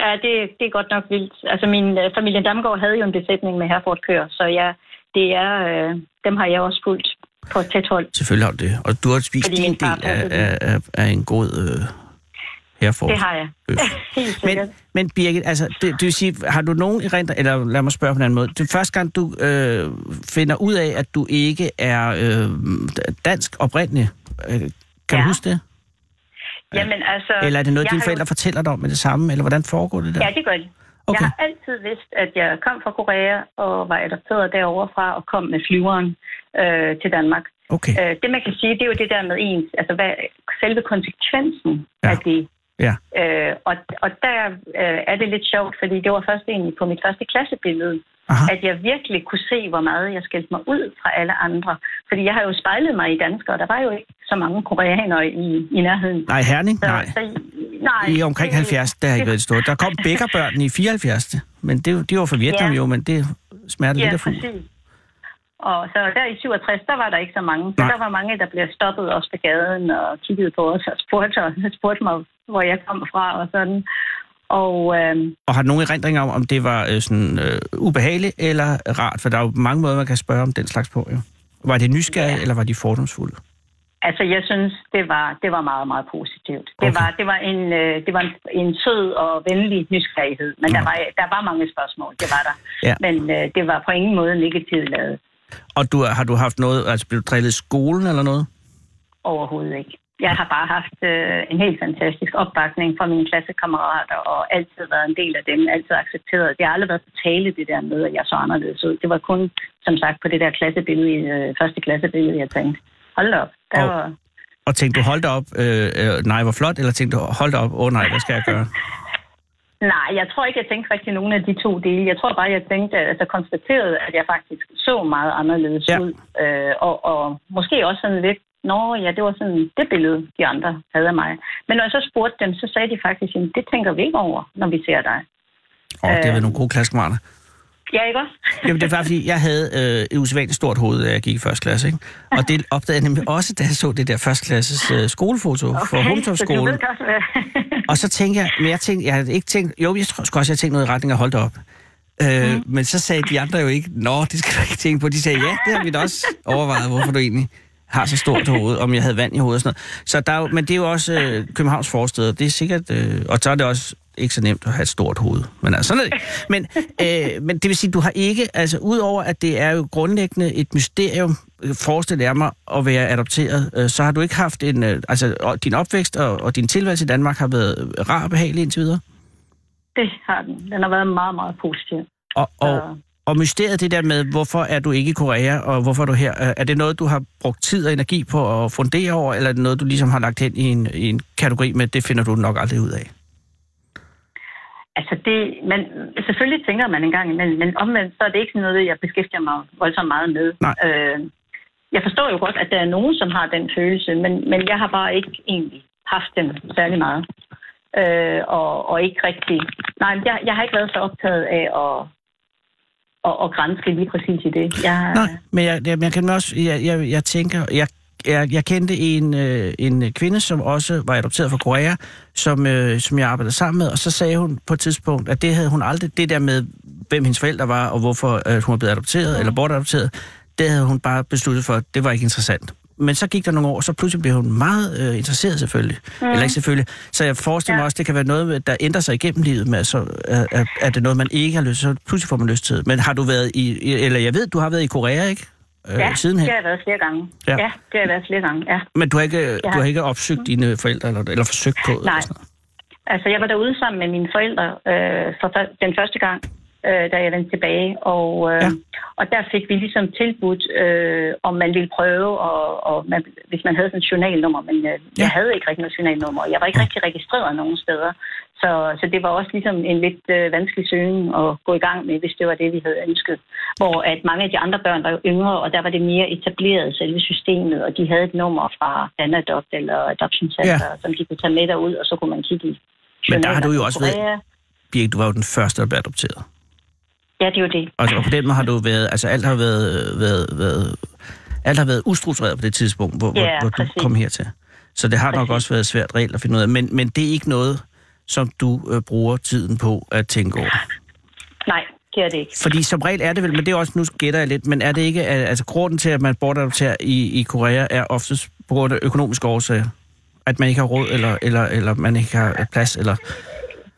Ja, det, det er godt nok vildt. Altså, min øh, familie Damgaard havde jo en besætning med Herford-køer, så ja, det er, øh, dem har jeg også fulgt på tæt hold. Selvfølgelig har du det. Og du har spist Fordi din min far del af, passede af, af, af en god øh, Herford. Det har jeg. Øf. Helt sikkert. Men, men Birgit, altså, det, det vil sige, har du nogen erindring, eller lad mig spørge på en anden måde. Det første gang, du øh, finder ud af, at du ikke er øh, dansk oprindelig, øh, kan ja. du Ja. huske det? Jamen, altså, Eller er det noget, jeg dine har jo- forældre fortæller dig om med det samme, eller hvordan foregår det der? Ja, det gør de. Okay. Okay. Jeg har altid vidst, at jeg kom fra Korea og var adopteret derovre fra og kom med flyveren øh, til Danmark. Okay, Øh, det man kan sige, det er jo det der med ens, altså hvad, selve konsekvensen Ja. ja. af det. ja. Øh, og, og der øh, er det lidt sjovt, fordi det var først egentlig på mit første klassebillede, Aha. at jeg virkelig kunne se, hvor meget jeg skældte mig ud fra alle andre. Fordi jeg har jo spejlet mig i danskere, der var jo ikke så mange koreanere i, i nærheden. Nej, Herning? Så, Nej. Så, nej. I omkring det- 70, der har ikke været det store. Der kom bækkerbørn i 74, men det, det var fra Vietnam Ja. jo, men det smerter lidt Ja, af fugl. præcis. Og så der i 67, der var der ikke så mange. Så Nej. der var mange, der blev stoppet også på gaden og kiggede på os og spurgte, og spurgte mig, hvor jeg kom fra og sådan. Og øh, Og har du nogen erindringer om, om det var øh, sådan øh, ubehageligt eller rart? For der er jo mange måder, man kan spørge om den slags på, jo. Var det nysgerrige, ja. eller var de fordomsfulde? altså, jeg synes, det var, det var meget, meget positivt. Det, Okay. var, det var, en, øh, det var en, en sød og venlig nysgerrighed, men der var, der var mange spørgsmål, det var der. Ja. Men øh, det var på ingen måde negativt lavet Og du, har du haft noget, altså blev du drillet i skolen eller noget? overhovedet ikke. Jeg har bare haft øh, en helt fantastisk opbakning fra mine klassekammerater, og altid været en del af dem, altid accepteret. Det har aldrig været på tale, det der med, at jeg så anderledes ud. Det var kun, som sagt, på det der klassebillede, i, øh, første klassebillede, jeg tænkte, hold da op, der Og- var... Og tænkte du, hold da op, øh, øh, nej, hvor flot, eller tænkte du, hold da op, åh oh, nej, hvad skal jeg gøre? Nej, jeg tror ikke, jeg tænkte rigtig nogen af de to dele. Jeg tror bare, jeg tænkte, at- altså konstaterede, at jeg faktisk så meget anderledes Ja. ja. ud. Øh, og, og måske også sådan lidt, nå ja, det var sådan det billede, de andre havde af mig. Men når jeg så spurgte dem, så sagde de faktisk, at det tænker vi ikke over, når vi ser dig. Åh, oh, det har været Øh. nogle gode klassekammerater. Ja, ikke også? Jamen, det er bare, fordi jeg havde øh, et usædvanligt stort hoved, da jeg gik i første klasse, ikke? Og det opdagede jeg nemlig også, da jeg så det der førsteklasses øh, skolefoto okay, fra så du Humtorpsskolen. ved godt, hvad... Og så tænkte jeg, men jeg tænkte, jeg havde ikke tænkt, jo, jeg tror sgu også, jeg tænkte noget i retning af hold da op. Øh, mm. Men så sagde de andre jo ikke, nå, det skal du ikke tænke på. De sagde, ja, det har vi da også overvejet, hvorfor du egentlig har så stort hoved, om jeg havde vand i hovedet og sådan noget. Så der er jo, men det er jo også øh, Københavns forsteder, det er sikkert, øh, og så er det også ikke så nemt at have et stort hoved. Men altså, sådan er det. ikke. Men, øh, men det vil sige, du har ikke, altså udover at det er jo grundlæggende et mysterium, øh, forestiller jeg mig at være adopteret, øh, så har du ikke haft en, øh, altså og din opvækst og, og din tilværelse i Danmark har været øh, rar og behagelig indtil videre. det har den. Den har været meget, meget positiv. Og, og, Så- og mysteriet det der med, hvorfor er du ikke i Korea, og hvorfor er du her, er er det noget, du har brugt tid og energi på at fundere over, eller er det noget, du ligesom har lagt hen i en, i en kategori med, det finder du nok aldrig ud af? Altså det, man, selvfølgelig tænker man en gang imellem, men omvendt så er det ikke sådan noget, jeg beskæftiger mig voldsomt meget med. Nej. Øh, jeg forstår jo godt, at der er nogen, som har den følelse, men, men jeg har bare ikke egentlig haft den særlig meget. Øh, og, og ikke rigtig... Nej, jeg, jeg har ikke været så optaget af at, at, at grænske lige præcis i det. Jeg, Nej, men jeg, jeg, jeg kan også, jeg, jeg, jeg tænker, jeg, jeg, jeg kendte en, øh, en kvinde, som også var adopteret fra Korea, som, øh, som jeg arbejdede sammen med, og så sagde hun på et tidspunkt, at det havde hun aldrig, det der med, hvem hendes forældre var, og hvorfor øh, hun var blevet adopteret, eller bortadopteret, det havde hun bare besluttet for, at det var ikke interessant. Men så gik der nogle år, og så pludselig blev hun meget øh, interesseret selvfølgelig. Mm. Eller ikke selvfølgelig. Så jeg forestiller mig Ja. også, det kan være noget, med- der ændrer sig igennem livet. Med, så er, er, er det noget, man ikke har lyst til, så pludselig får man lyst til det. Men har du været i, i- eller jeg ved, du har været i Korea, ikke? Øh, ja, sidenhen. det har jeg været flere gange. Ja. Ja, ja det har jeg været flere gange, ja. Men du har ikke, du Ja. har ikke opsøgt dine forældre, eller, eller forsøgt på? eller Mm. Nej. sådan noget? Altså, jeg var derude sammen med mine forældre øh, for før- den første gang, øh, da jeg vendte tilbage. Og, øh, Ja. ja. og der fik vi ligesom tilbudt, øh, om man ville prøve, og, og man, hvis man havde sådan et journalnummer. Men øh, ja. jeg Ja. havde ikke rigtig noget journalnummer, og jeg var ikke rigtig registreret nogen steder. Så, så det var også ligesom en lidt øh, vanskelig søgning at gå i gang med, hvis det var det, vi havde ønsket. Hvor at mange af de andre børn var jo yngre, og der var det mere etableret selve systemet, og de havde et nummer fra Danadopt eller Adoption Center, ja. som de kunne tage med derud, og så kunne man kigge i Men der har journaler du jo fra også været- Korea. Birgit, du var jo den første, der blev adopteret. Ja, det er jo det. Altså, og på den måde har du været, altså alt har været, været, været alt har været ustruktureret på det tidspunkt, hvor, Ja, hvor, hvor du præcis. kom hertil. Så det har nok Præcis. også været svært reelt at finde ud af. Men, men det er ikke noget, som du øh, bruger tiden på at tænke over. Nej, det er det ikke. Fordi som regel er det vel, men det er også, nu gætter jeg lidt, men er det ikke, al- altså grunden til, at man bortadopterer i, i Korea, er oftest på grund af økonomiske årsager? At man ikke har råd, eller, eller, eller man ikke har øh, plads, eller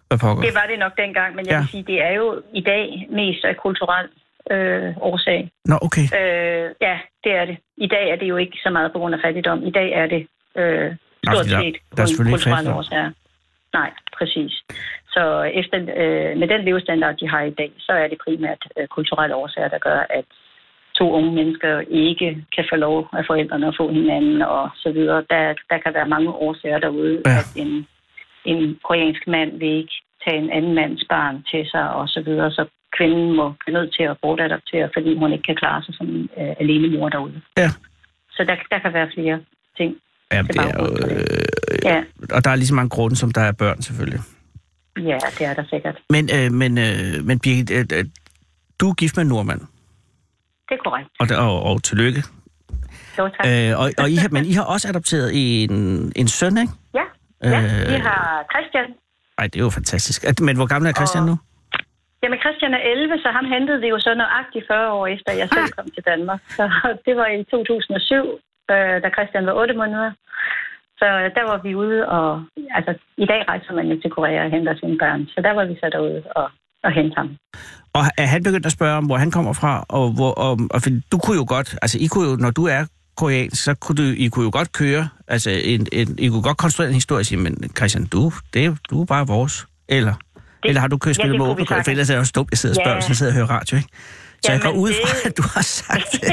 hvad pokker? Det var det nok dengang, men jeg Ja. ja. vil sige, det er jo i dag mest af kulturel øh, årsag. Nå, okay. Øh, ja, det er det. I dag er det jo ikke så meget på grund af fattigdom. I dag er det øh, Nej, stort fordi der- set der er selvfølgelig kun ikke kulturelle fattigdom. årsager. Nej, præcis. Så efter, øh, med den levestandard, de har i dag, så er det primært øh, kulturelle årsager, der gør, at to unge mennesker ikke kan få lov af forældrene at få hinanden og så videre. Der, der kan være mange årsager derude, Ja. ja. at en, en koreansk mand vil ikke tage en anden mands barn til sig og så videre, så kvinden må blive nødt til at bortadoptere, fordi hun ikke kan klare sig som øh, alene mor derude. Ja. Så der, der kan være flere ting. Jamen, det er jo, baggrunden for det. øh, Ja, og der er lige så mange grunde, som der er børn, selvfølgelig. ja det er der sikkert. Men, øh, men, øh, men Birgit, øh, øh, du er gift med en nordmand, Det er korrekt. og, der- og, og tillykke. Jo, tak. Øh, Øh, og, og I har, men I har også adopteret en, en søn, ikke? ja, ja, øh, vi har Christian. Ej, det er jo fantastisk. At- Men hvor gammel er Christian Og- nu? Jamen, Christian er 11, så ham hentede vi jo så nøjagtigt 40 år efter, jeg selv kom til Danmark. Så det var i 2007, øh, da Christian var 8 måneder. Så der var vi ude, og altså, i dag rejser man jo til Korea og henter sine børn. Så der var vi så derude og, og hente ham. Og er han begyndt at spørge om, hvor han kommer fra? Og, hvor, og, og for du kunne jo godt, altså I kunne jo, når du er koreansk, så kunne du, I kunne jo godt køre, altså en, en, I kunne godt konstruere en historie og sige, men Christian, du, det, er- du er bare vores. Eller, det, eller har du kørt ja, spillet det med kunne vi åbne kort? For sagtens. ellers er jeg jo dumt, jeg sidder og spørger, Ja. hvis jeg sidder og hører radio, ikke? Så jeg går Jamen, ud fra, det- at du har sagt det.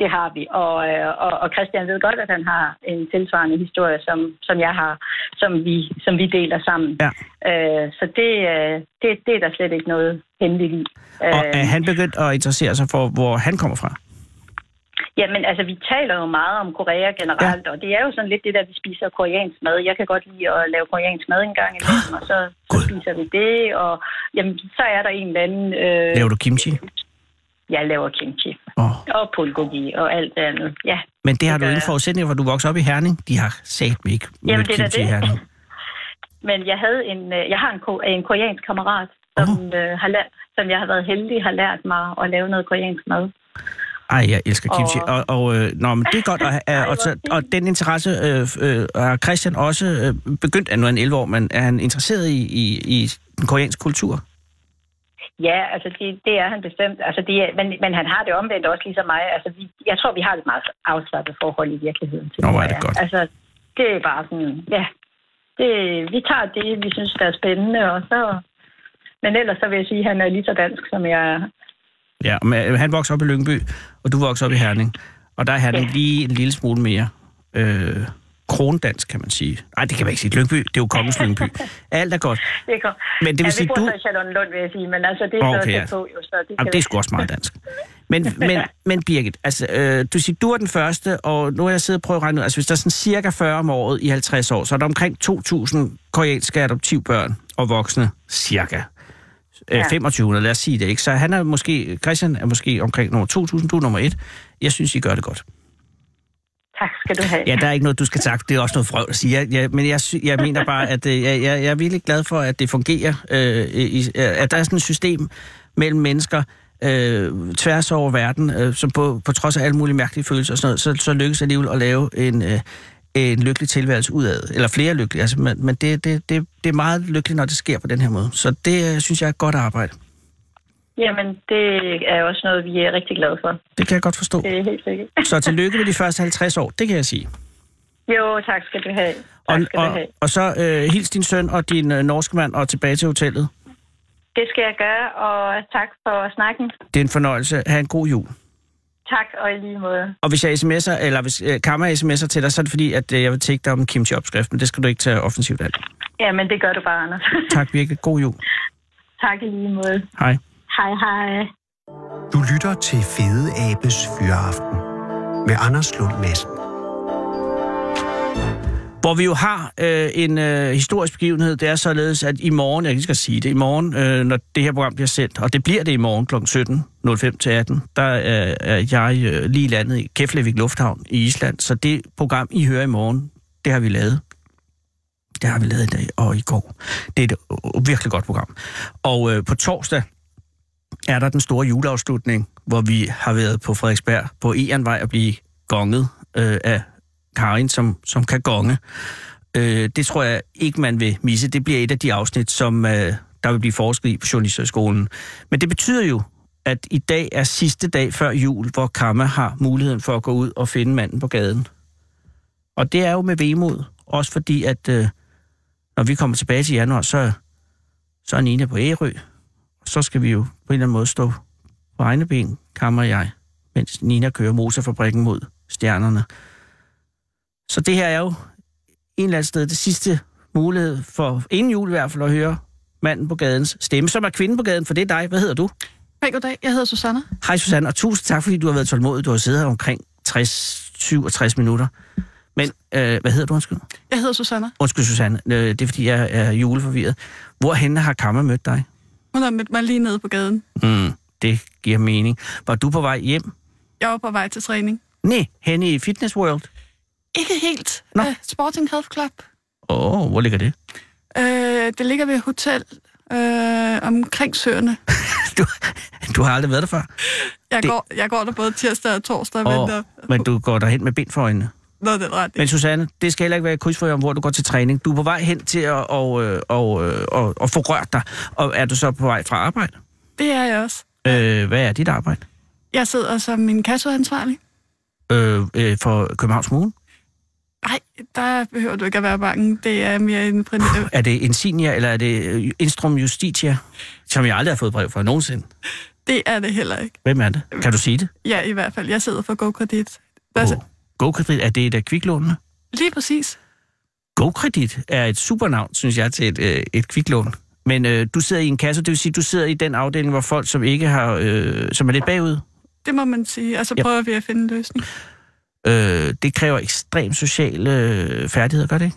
det har vi, og, øh, og, og Christian ved godt, at han har en tilsvarende historie, som, som jeg har, som vi, som vi deler sammen. Ja. Øh, så det, øh, det, det er der slet ikke noget hemmeligt i. Og Øh, er han begyndt at interessere sig for, hvor han kommer fra? Jamen, altså, vi taler jo meget om Korea generelt, ja. og det er jo sådan lidt det der, vi spiser koreansk mad. Jeg kan godt lide at lave koreansk mad en gang imellem, og så, så God. spiser vi det, og jamen, så er der en eller anden... Øh, Laver du kimchi? Jeg laver kimchi, Oh. og bulgogi, og alt det andet. Ja, Men det har Det du gør ingen jeg. forudsætninger for, du voksede op i Herning. De har sagt mig ikke Jamen, mødt det er da kimchi i det. Herning. men jeg havde en, øh, jeg har en, ko- en koreansk kammerat, som, øh, har lært, som jeg har været heldig har lært mig at lave noget koreansk mad. Ej, jeg elsker kimchi. Og- Og, og, øh, nå, men det er godt. Og, og, og, hvor så- og den interesse øh, øh, har Christian også øh, begyndt, at nu er han 11 år, men er han interesseret i, i, i den koreanske kultur? Ja, altså det, det er han bestemt. Altså det er, men, men han har det omvendt også ligesom mig. Altså vi, jeg tror, vi har et meget afslappet forhold i virkeligheden. Til Nå, hvor er Korea. det godt. Altså det er bare sådan, ja. Det, vi tager det, vi synes, der er spændende, og så... Men ellers så vil jeg sige, at han er lige så dansk, som jeg er. Ja, men øh, han voksede op i Lyngby, og du voksede op i Herning. Og der er Herning Ja. lige en lille smule mere øh, krondansk, kan man sige. Nej, det kan man ikke sige. Lyngby, det er jo kongens Lyngby. Alt er godt. Det er, kom- Men det vil ja, sige, vi bor du- så i Charlottenlund, vil jeg sige, men altså det er Okay, så ja. tæt på, jo, så det, Jamen, kan- det er sgu også meget dansk. Men, men, men Birgit, altså, øh, du siger, du er den første, og nu har jeg siddet og prøvet at regne ud, altså hvis der er sådan cirka 40 om året i 50 år, så er der omkring 2.000 koreanske adoptivbørn og voksne, cirka. øh, Ja. 2500, lad os sige det, ikke? Så han er måske, Christian er måske omkring nummer 2000, du er nummer 1. Jeg synes, I gør det godt. Tak skal du have. Ja, der er ikke noget, du skal takke. Det er også noget frøvl at sige. Jeg, jeg, men jeg, sy- jeg mener bare, at øh, jeg, jeg, jeg er virkelig glad for, at det fungerer. Øh, i, øh, at der er sådan et system mellem mennesker øh, tværs over verden, øh, som på, på trods af alle mulige mærkelige følelser og sådan noget, så, så lykkes alligevel at lave en, øh, en lykkelig tilværelse udad. Eller flere lykkelige. Altså, men men det, det, det, det er meget lykkeligt, når det sker på den her måde. Så det øh, synes jeg er et godt arbejde. Jamen, det er også noget, vi er rigtig glade for. Det kan jeg godt forstå. Det er helt sikkert. Så tillykke med de første 50 år, det kan jeg sige. Jo, tak skal du have. Og, Tak skal du og, have. og så øh, hils din søn og din øh, norske mand og tilbage til hotellet. Det skal jeg gøre, og tak for snakken. Det er en fornøjelse. Ha' en god jul. Tak, og i lige måde. Og hvis jeg sms'er, eller hvis øh, Kammer sms'er til dig, så er det fordi, at øh, jeg vil tænke dig om kimchi-opskriften. Det skal du ikke tage offensivt af. Jamen, det gør du bare, Anders. Tak virkelig. God jul. tak i lige måde. Hej. Hej, hej. Du lytter til Fede Abes Fyraften med Anders Lund Madsen. Hvor vi jo har øh, en øh, historisk begivenhed, det er således, at i morgen, jeg kan lige så godt sige det, i morgen, øh, når det her program bliver sendt, og det bliver det i morgen kl. 17.05 til 18, der øh, er jeg øh, lige landet i Keflavik Lufthavn i Island, så det program, I hører i morgen, det har vi lavet. Det har vi lavet i dag og i går. Det er et øh, virkelig godt program. Og øh, på torsdag er der den store juleafslutning, hvor vi har været på Frederiksberg på Erenvej og blive gonget øh, af Karin, som, som kan gonge. Øh, det tror jeg ikke, man vil misse. Det bliver et af de afsnit, som øh, der vil blive forsket i på Journalisterskolen. Men det betyder jo, at i dag er sidste dag før jul, hvor Kamma har muligheden for at gå ud og finde manden på gaden. Og det er jo med vemod, også fordi, at øh, når vi kommer tilbage til januar, så, så er Nina på Ærø. Og så skal vi jo på en eller anden måde stå på egne ben, Kamma og jeg, mens Nina kører motorfabrikken mod stjernerne. Så det her er jo en eller anden sted det sidste mulighed for, inden jul i hvert fald, at høre manden på gadens stemme, som er kvinden på gaden, for det er dig. Hvad hedder du? Hej, goddag. Jeg hedder Susanne. Hej Susanne, og tusind tak, fordi du har været tålmodig. Du har siddet her omkring 60-67 minutter. Men, øh, hvad hedder du, undskyld? Jeg hedder Susanne. Undskyld, Susanne. Øh, det er, fordi jeg er juleforvirret. Hvorhen har Kammer mødt dig? Hun har mødt mig lige nede på gaden. Mm, det giver mening. Var du på vej hjem? Jeg var på vej til træning. Nej, henne i Fitness World. Ikke helt. Nå. Øh, Sporting Health Club. Åh, oh, hvor ligger det? Øh, det ligger ved et hotel øh, omkring søerne. Du, du har aldrig været der før. Jeg, Det- det... går, jeg går der både tirsdag og torsdag. Åh, Oh, men, men du går derhen med bind for øjnene. Noget, den ret. Men Susanne, det skal heller ikke være et kryds for om, hvor du går til træning. Du er på vej hen til at og, øh, og, øh, og, og få rørt dig, og er du så på vej fra arbejde? Det er jeg også. Øh, hvad er dit arbejde? Jeg sidder som min kasseansvarlig. Øh, øh, for Københavns Kommune? Nej, der behøver du ikke at være bange. Det er mere en prin- øh, Er det Insignia, eller er det øh, Instrum Justitia, som jeg aldrig har fået brev fra nogensinde? Det er det heller ikke. Hvem er det? Kan du sige det? Ja, i hvert fald. Jeg sidder for GoKredit. Der, Åh, GoKredit, er det et af kviklånene? Lige præcis. GoKredit er et supernavn, synes jeg, til et, øh, et kviklån. Men øh, du sidder i en kasse, det vil sige, du sidder i den afdeling, hvor folk, som ikke har, øh, som er lidt bagud, Det må man sige. Og så Ja. prøver vi at finde en løsning. øh, det kræver ekstremt sociale øh, færdigheder, gør det ikke?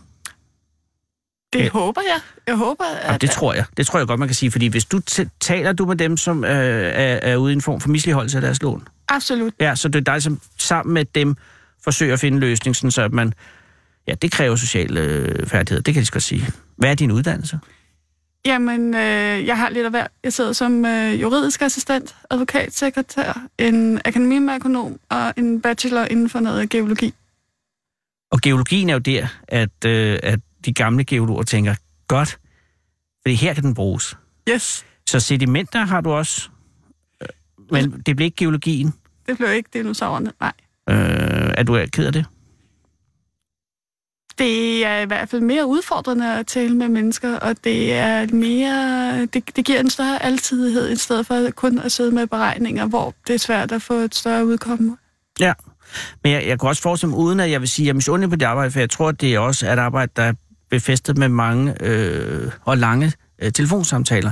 Det Ja. håber jeg. Jeg håber, at... Jamen, det tror jeg. Det tror jeg godt, man kan sige. Fordi hvis du t- taler du med dem, som øh, er, er ude i en form for misligeholdelse af deres lån, Absolut. ja, så det er dig, som sammen med dem forsøger at finde en løsning, sådan så at man... Ja, det kræver sociale øh, færdigheder, det kan jeg lige så godt sige. Hvad er din uddannelse? Jamen, øh, jeg har lidt af hver. Jeg sidder som øh, juridisk assistent, advokatsekretær, en akademimerkonom og en bachelor inden for noget geologi. Og geologien er jo der, at, øh, at de gamle geologer tænker, godt, fordi her kan den bruges. Yes, Så sedimenter har du også, øh, men det blev ikke geologien. det blev ikke dinosaurerne. Nej, Øh, er du ked af det? det er i hvert fald mere udfordrende at tale med mennesker, og det er mere, det, det giver en større altidighed, i stedet for kun at sidde med beregninger, hvor det er svært at få et større udkomme. Ja, men jeg, jeg kunne også forestille mig, uden at jeg vil sige, at jeg er misundelig på det arbejde, for jeg tror, at det er også er et arbejde, der er befæstet med mange øh, og lange øh, telefonsamtaler.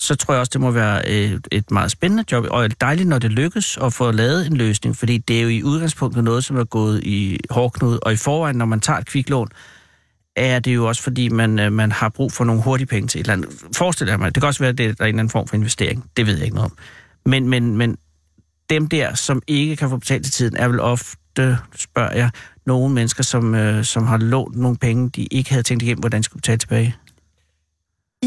Så tror jeg også, det må være øh, et meget spændende job, og dejligt, når det lykkes at få lavet en løsning, fordi det er jo i udgangspunktet noget, som er gået i hårdknud, og i forvejen, når man tager et kviklån, er det jo også, fordi man, øh, man har brug for nogle hurtige penge til et eller andet. Forestil dig mig, det kan også være, at det er en eller anden form for investering. Det ved jeg ikke noget om. Men, men, men dem der, som ikke kan få betalt til tiden, er vel ofte, spørger jeg, nogle mennesker, som, øh, som har lånt nogle penge, de ikke havde tænkt igennem, hvordan de skulle betale tilbage.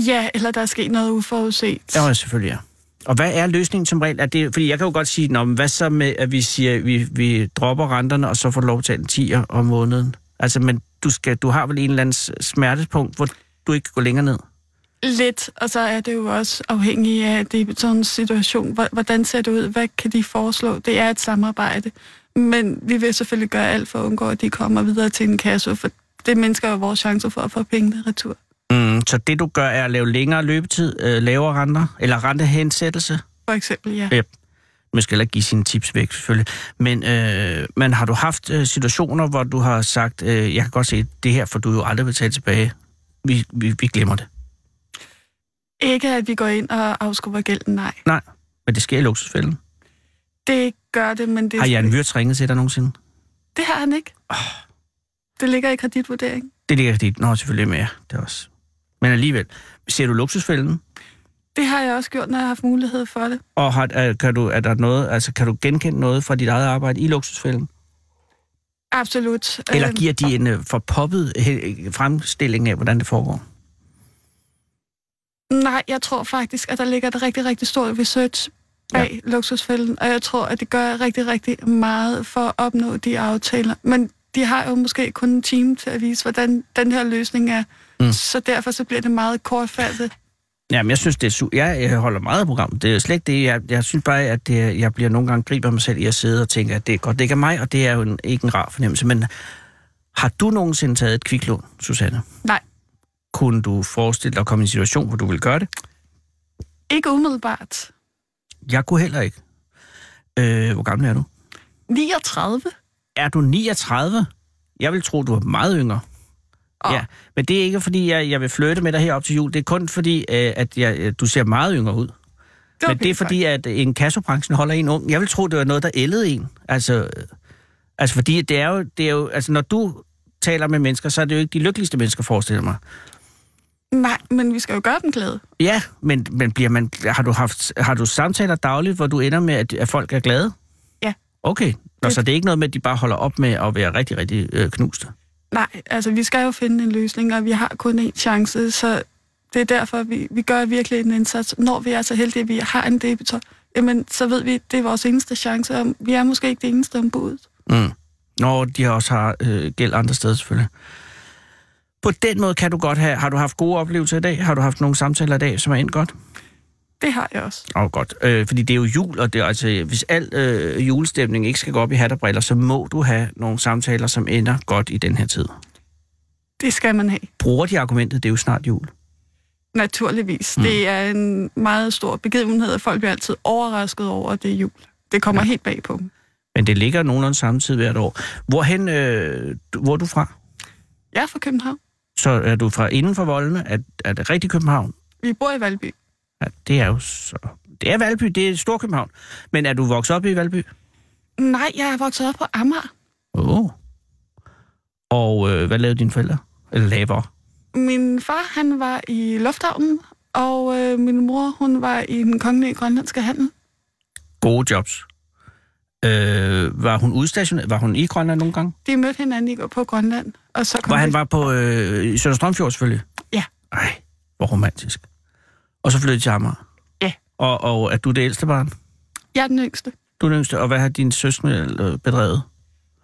Ja, eller der er sket noget uforudset. Ja, selvfølgelig, ja. Og hvad er løsningen som regel? Er det, fordi jeg kan jo godt sige, Nå, men hvad så med, at vi siger, vi, vi dropper renterne, og så får du lov til en 10'er om måneden? Altså, men du, skal, du har vel en eller anden s- smertepunkt, hvor du ikke kan gå længere ned? Lidt, og så er det jo også afhængigt af det, sådan en situation. Hvor- Hvordan ser det ud? Hvad kan de foreslå? Det er et samarbejde. Men vi vil selvfølgelig gøre alt for at undgå, at de kommer videre til en kasse, for det mindsker jo vores chancer for at få pengene retur. Mm, så det, du gør, er at lave længere løbetid, øh, lavere renter, eller rentehensættelse? For eksempel, ja. Yep. Øh, Man skal heller ikke give sine tips væk, selvfølgelig. Men, øh, men har du haft øh, situationer, hvor du har sagt, øh, jeg kan godt se det her, for du er jo aldrig betalt tilbage. Vi, vi, vi glemmer det. Ikke at vi går ind og afskubber gælden, nej. Nej, men det sker i luksusfælden. Det gør det, men det... Har Jan Wirtz ringet til dig nogensinde? Det har han ikke. Oh. Det ligger i kreditvurdering. Det ligger dit. Nå, selvfølgelig med jer. Det er også. Men alligevel, ser du luksusfælden? Det har jeg også gjort, når jeg har haft mulighed for det. Og har, er, kan, du, er der noget, altså, kan du genkende noget fra dit eget arbejde i luksusfælden? Absolut. Eller Øhm, giver de en øh, for poppet øh, fremstilling af, hvordan det foregår? Nej, jeg tror faktisk, at der ligger et rigtig, rigtig stort research bag ja. luksusfælden, og jeg tror, at det gør rigtig, rigtig meget for at opnå de aftaler. Men de har jo måske kun en time til at vise, hvordan den her løsning er. Mm. Så derfor så bliver det meget kortfattet. Jamen, jeg synes, det er su- jeg, jeg holder meget af programmet. Det er slet ikke det. Jeg, jeg synes bare, at det, er- jeg bliver nogle gange griber mig selv i at sidde og tænke, at det er godt, det ikke er mig, og det er jo en, ikke en rar fornemmelse. Men har du nogensinde taget et kviklån, Susanne? Nej, Kunne du forestille dig at komme i en situation, hvor du ville gøre det? ikke umiddelbart. Jeg kunne heller ikke. Øh, hvor gammel er du? 39? Er du 39? Jeg vil tro, du er meget yngre. Åh. Ja, men det er ikke, fordi jeg, jeg vil flytte med dig her op til jul. Det er kun fordi, øh, at jeg, øh, du ser meget yngre ud. Det var men det er vildt fordi, at en kassobranchen holder en ung. Jeg vil tro, det var noget, der ældede en. Altså, øh, altså fordi det er, jo, det er jo... Altså, når du taler med mennesker, så er det jo ikke de lykkeligste mennesker, forestiller jeg mig. faktisk. Nej, men vi skal jo gøre dem glade. Ja, men, men bliver man, har, du haft, har du samtaler dagligt, hvor du ender med, at, at folk er glade? Ja. Okay. Nå, så det er ikke noget med, at de bare holder op med at være rigtig, rigtig øh, knuste? Nej, altså vi skal jo finde en løsning, og vi har kun én chance, så det er derfor, vi, vi gør virkelig en indsats. Når vi er så heldige, at vi har en debitor, jamen så ved vi, at det er vores eneste chance, og vi er måske ikke det eneste ombud. Mm. Når de også har øh, gæld andre steder selvfølgelig. På den måde kan du godt have... Har du haft gode oplevelser i dag? Har du haft nogle samtaler i dag, som er endt godt? Det har jeg også. Åh, oh, godt. Øh, fordi det er jo jul, og det er, altså, hvis al øh, julestemning ikke skal gå op i hat og briller, så må du have nogle samtaler, som ender godt i den her tid. Det skal man have, Bruger de argumentet, det er jo snart jul? naturligvis. Mm. Det er en meget stor begivenhed, og folk bliver altid overrasket over, at det er jul. Det kommer ja. helt bag på dem. Men det ligger nogenlunde samtidig hvert år. Hvorhen, øh, du- hvor er du fra? Jeg er fra København. Så er du fra inden for voldene? Er, er det rigtig København? Vi bor i Valby. Ja, det er jo så... Det er Valby, det er Storkøbenhavn. Men er du vokset op i Valby? Nej, jeg er vokset op på Amager. Åh. Oh. Og øh, hvad lavede dine forældre? Eller laver? Min far, han var i lufthavnen, og øh, min mor, hun var i den kongelige grønlandske handel. Gode jobs. Øh, var hun udstationeret? Var hun i Grønland nogle gange? De mødte hinanden i går på Grønland, og så kom Hvor han de- var på øh, i Sønder Strømfjord selvfølgelig? Ja. Ej, hvor romantisk. Og så flyttede de til Amager? Ja. Og, og er du det ældste barn? Jeg er den yngste. Du er den yngste, og hvad har dine søskende øh, bedrevet?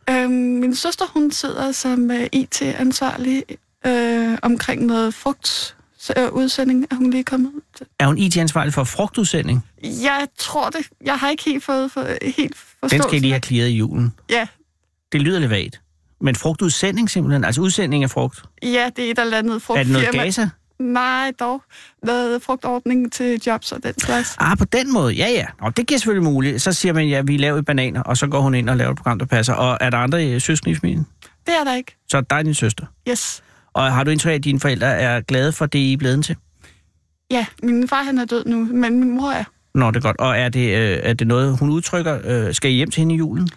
Øhm, min søster, hun sidder som øh, IT-ansvarlig øh, omkring noget frugt øh, udsending, er hun lige kommet ud til. Er hun IT-ansvarlig for frugtudsending? Jeg tror det. Jeg har ikke helt fået for, helt forstået. Den skal I lige have klaret i julen. Ja, Det lyder levat. Men frugtudsending simpelthen? Altså udsending af frugt? ja, det er et eller andet frugtfirma. er det noget Gaza? Nej, dog. Noget frugtordning til jobs og den slags. Ah, på den måde. Ja, ja. Nå, det giver selvfølgelig muligt. Så siger man, ja, vi laver bananer, og så går hun ind og laver et program, der passer. Og er der andre øh, søskende i familien? Det er der ikke. Så er det dig og din søster. Yes. Og har du indtryk af, at dine forældre er glade for det, I er blevet til? Ja, min far han er død nu, men min mor er. Nå, det er godt. Og er det, øh, er det noget, hun udtrykker? Øh, skal I hjem til hende i julen?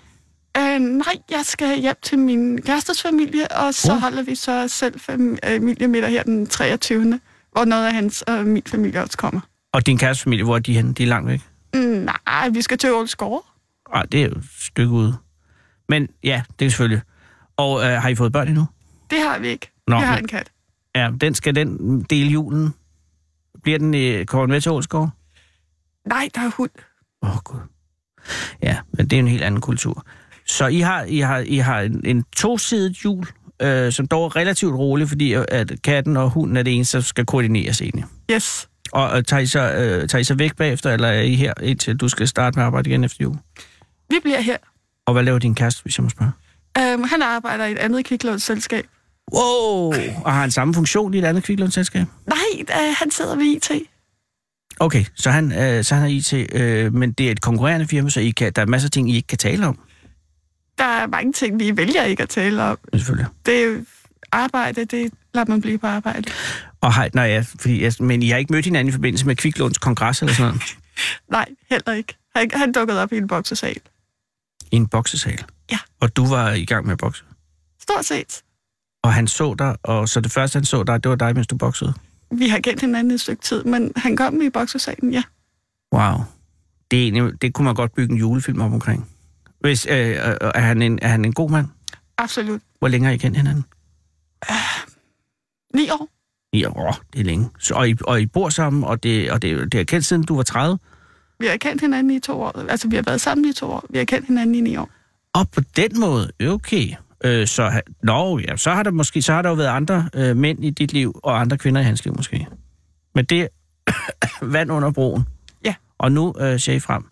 Øh, nej, jeg skal hjem til min kærestes familie, og så Uh. uh. holder vi så selv øh, familiemiddag her den 23. Hvor noget af hans og min familie også kommer. Og din kæreste familie, hvor er de henne? De er langt væk. Mm, nej, vi skal til Ålsgårde. Ej, det er jo et stykke ude. Men ja, det er selvfølgelig. Og øh, har I fået børn endnu? Det har vi ikke. Nå, Nå, vi har men- en kat. Ja, den skal den dele julen. Bliver den, øh, kommer den med til Ålsgård? Nej, der er hund. Åh, oh, gud. Ja, men det er en helt anden kultur. Så I har, I har, I har en, en tosidet jul, øh, som dog er relativt rolig, fordi at katten og hunden er det eneste, der skal koordineres egentlig. Yes. Og øh, tager, I så, øh, tager I så væk bagefter, eller er I her, indtil du skal starte med at arbejde igen efter jul? Vi bliver her. Og hvad laver din kæreste, hvis jeg må spørge? Øhm, han arbejder i et andet kiklånsselskab. Wow! Og har han samme funktion i et andet kviklånsselskab? Nej, øh, han sidder ved IT. Okay, så han, øh, så han er IT, øh, men det er et konkurrerende firma, så I kan, der er masser af ting, I ikke kan tale om, Der er mange ting, vi vælger ikke at tale om. selvfølgelig. Det er jo arbejde, det lader man blive på arbejde. Og hej, nej, ja, fordi jeg, men I har ikke mødt hinanden i forbindelse med Kviklåns kongres eller sådan noget? Nej, heller ikke. Han, han dukkede op i en boksesal. I en boksesal? Ja. Og du var i gang med at bokse? Stort set. Og han så dig, og så det første, han så dig, det var dig, mens du boksede? Vi har kendt hinanden et stykke tid, men han kom i boksesalen, ja. Wow. Det, er egentlig, det kunne man godt bygge en julefilm om omkring. Hvis, øh, øh, er, han en, er han en god mand? Absolut. Hvor længe har I kendt hinanden? Ni år? Ja, åh, det er længe. Så, og, I, og I bor sammen, og det, og det, det er kendt siden du var 30? Vi har kendt hinanden i to år. Altså, vi har været sammen i to år. Vi har kendt hinanden i ni år. Og på den måde, okay. Øh, så, ha- nå, ja, så har der måske så har der jo været andre øh, mænd i dit liv, og andre kvinder i hans liv måske. Men det vand under broen. Ja. Og nu øh, ser I frem.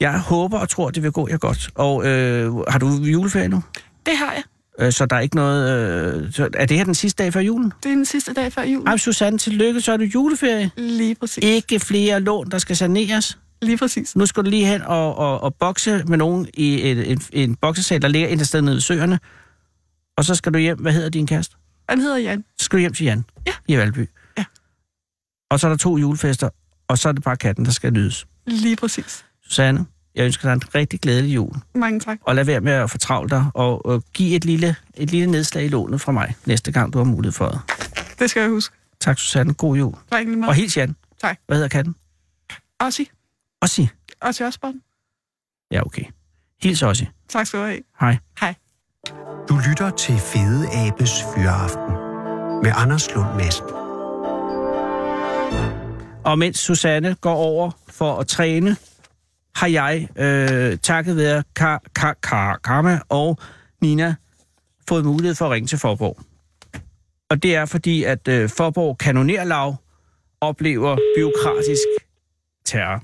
Jeg håber og tror, det vil gå jer godt. Og øh, har du juleferie nu? Det har jeg. Øh, så der er ikke noget... Øh, så er det her den sidste dag før julen? Det er den sidste dag før jul. Ej, Susanne, tillykke, så er du juleferie. Lige præcis. Ikke flere lån, der skal saneres. Lige præcis. Nu skal du lige hen og, og, og bokse med nogen i en, en, en boksesal, der ligger et sted nede i søerne. Og så skal du hjem. Hvad hedder din kæreste? Han hedder Jan. Så skal du hjem til Jan Ja. i Valby. Ja. Og så er der to julefester, og så er det bare katten, der skal nydes. Lige præcis. Susanne, jeg ønsker dig en rigtig glædelig jul. Mange tak. Og lad være med at fortravle dig, og, og giv et lille, et lille nedslag i lånet fra mig, næste gang du har mulighed for det. Det skal jeg huske. Tak Susanne, god jul. Tak lige Og meget. hils Jan. Tak. Hvad hedder katten? Ossi. Ossi. Ossi Osborn. Ja, okay. Hils Ossi. Tak skal du have. Hej. Hej. Du lytter til Fede Abes Fyraften med Anders Lund Madsen. Og mens Susanne går over for at træne, har jeg øh, takket være Ka- Ka- Ka- Karma og Nina fået mulighed for at ringe til Forborg. Og det er fordi, at øh, Forborg Kanonerlag oplever byråkratisk terror.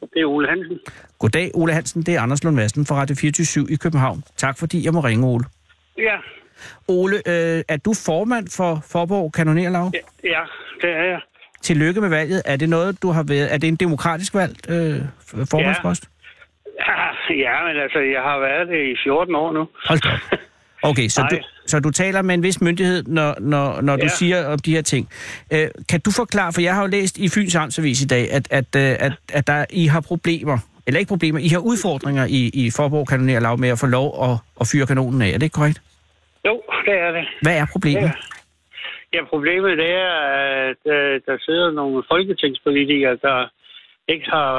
Det er Ole Hansen. Goddag, Ole Hansen. Det er Anders Lund Madsen fra Radio 24 i København. Tak fordi jeg må ringe, Ole. Ja, Ole, øh, er du formand for Forborg Kanonerlag? Ja. ja, det er jeg. Tillykke med valget. Er det noget, du har været... Er det en demokratisk valgt øh, formandspost? Ah, Ja, men altså, jeg har været det i 14 år nu. Hold da op. Okay, så Nej. du, så du taler med en vis myndighed, når, når, når ja. du Ja. siger om de her ting. Øh, kan du forklare, for jeg har jo læst i Fyns Amtsavis i dag, at, at, øh, at, at der, I har problemer, eller ikke problemer, I har udfordringer i, i Forborg Kanonerlag med at få lov at, at fyre kanonen af. Er det ikke korrekt? Jo, det er det. Hvad er problemet? Ja. Ja. Ja, problemet det er, at øh, der sidder nogle folketingspolitikere, der ikke har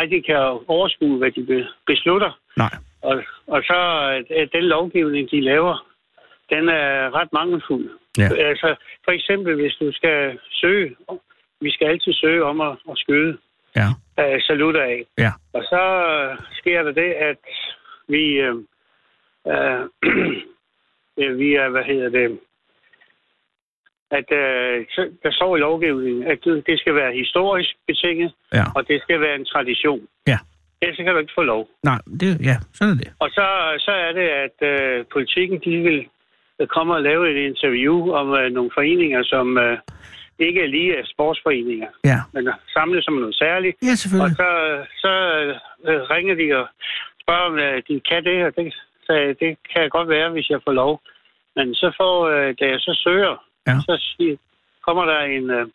rigtig kan overskue, hvad de be- beslutter. Nej. Og, og så er den lovgivning, de laver, den er ret mangelfuld. Ja. Altså, for eksempel, hvis du skal søge, vi skal altid søge om at, at skyde Ja. øh, salutter af. Ja. Og så øh, sker der det, at vi, øh, øh, øh, vi er, hvad hedder det, at øh, så- der står i lovgivningen, at det det skal være historisk betinget, ja. og det skal være en tradition. Ja. Ellers kan du ikke få lov. Nej, det, ja, sådan er det. Og så, så er det, at øh, politikken de vil øh, komme og lave et interview om øh, nogle foreninger, som øh, ikke lige er sportsforeninger, Ja, men er samlet som noget særligt. ja Og selvfølgelig. så, så øh, ringer de og spørger, om øh, de kan det her. Det, sagde, jeg, det kan godt være, hvis jeg får lov. Men så får, øh, da jeg så søger, Ja. så siger, kommer der en, øh,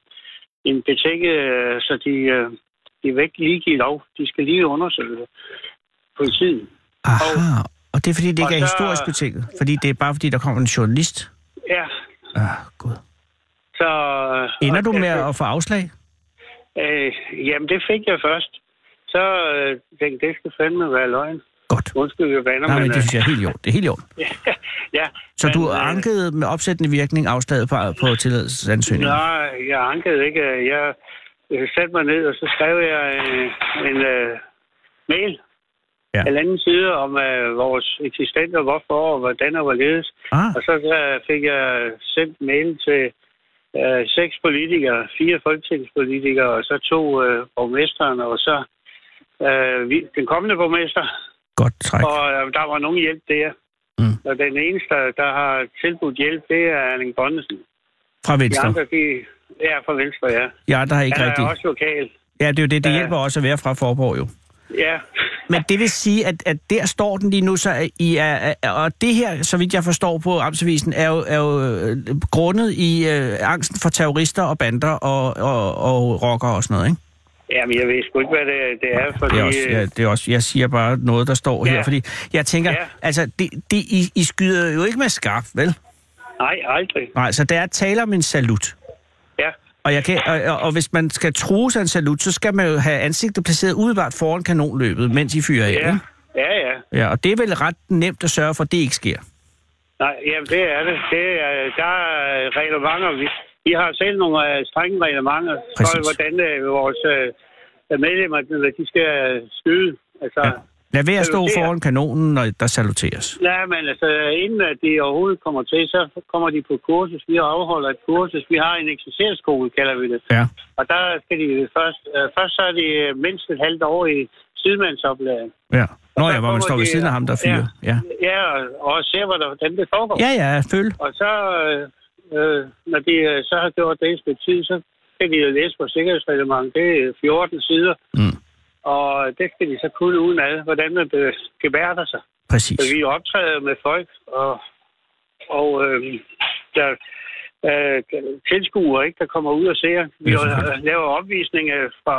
en betinget, øh, så de, øh, de vil ikke lige give lov. De skal lige undersøge det. Politiet. Aha, og det er fordi, det Og ikke er så- historisk betinget? Fordi det er bare fordi, der kommer en journalist? Ja, Ah, gud. så... øh, Ender du med at... at få afslag? Øh, jamen, det fik jeg først. Så øh, tænkte det skal fandme være løgn. Godt. Undskyld, jeg bander, Nej, men det øh, synes jeg er helt i orden. Det er helt i orden. ja, Så men, du øh, ankede med opsættende virkning afslaget på, på tilladelsesansøgningen? Nej, jeg ankede ikke. Jeg øh, satte mig ned, og så skrev jeg øh, en øh, mail. Ja. Ja. En anden side om øh, vores eksistens, og hvorfor, og hvordan og hvorledes. Ah, Og så øh, fik jeg sendt mail til øh, seks politikere, fire folketingspolitikere, og så to øh, borgmesteren, og så øh, vi, den kommende borgmester. godt træk. Og øh, der var nogen hjælp der. Mm. Og den eneste, der har tilbudt hjælp, det er Erling Bonnesen. Fra De Venstre. andre, de er fra Venstre, ja. Ja, der har ikke Han er rigtigt. også lokal. Ja, det er jo det, det Ja. hjælper også at være fra Forborg jo. Ja, Men det vil sige, at, at der står den lige nu, så er I er, er- og det her, så vidt jeg forstår på Amtsavisen, er jo, er jo øh, grundet i øh, angsten for terrorister og bander og, og, og rocker og sådan noget, ikke? Jamen, jeg ved sgu ikke, hvad det, det er, fordi... øh, Det er, også, ja, det er også, jeg siger bare noget, der står Ja. her, fordi jeg tænker, Ja. altså, det, det, I, I skyder jo ikke med skarpt, vel? Nej, aldrig. Nej, så der er tale om en salut. Ja, Og, jeg kan, og, og, og hvis man skal true sig en salut, så skal man jo have ansigtet placeret umiddelbart foran kanonløbet, mens I fyrer af, ja, ikke? ja, ja. Ja, og det er vel ret nemt at sørge for, at det ikke sker. Nej, jamen, det er det. det er, der er reglementer. Vi, vi har selv nogle øh, strenge reglementer for, Præcis. hvordan øh, vores øh, medlemmer de- de skal øh, skyde. Altså, Ja. Lad være at stå Salutere. foran kanonen, når der saluteres. Nej, men altså, inden at de overhovedet kommer til, så kommer de på kursus. Vi afholder et kursus. Vi har en eksercerskole, kalder vi det. Ja. Og der skal de først... Øh, først så er de øh, mindst et halvt år i sidemandsoplæring. ja. Nå Og ja, der hvor man kommer står ved de- siden af ham, der fyrer. Ja. Ja, og- og ser, hvordan hvordan det foregår. ja, ja, føl. Og så, øh, øh, når de øh, så har gjort det i et stykke tid, så kan de jo læse på sikkerhedsreglement. Det er 14 sider. Mm. Og det skal de så kunne uden ad, hvordan man øh, gebærder sig. Præcis. Så vi optræder med folk, og, og øh, der øh, tilskuere, ikke, der kommer ud og ser. Vi Ja, selvfølgelig. øh, laver opvisninger fra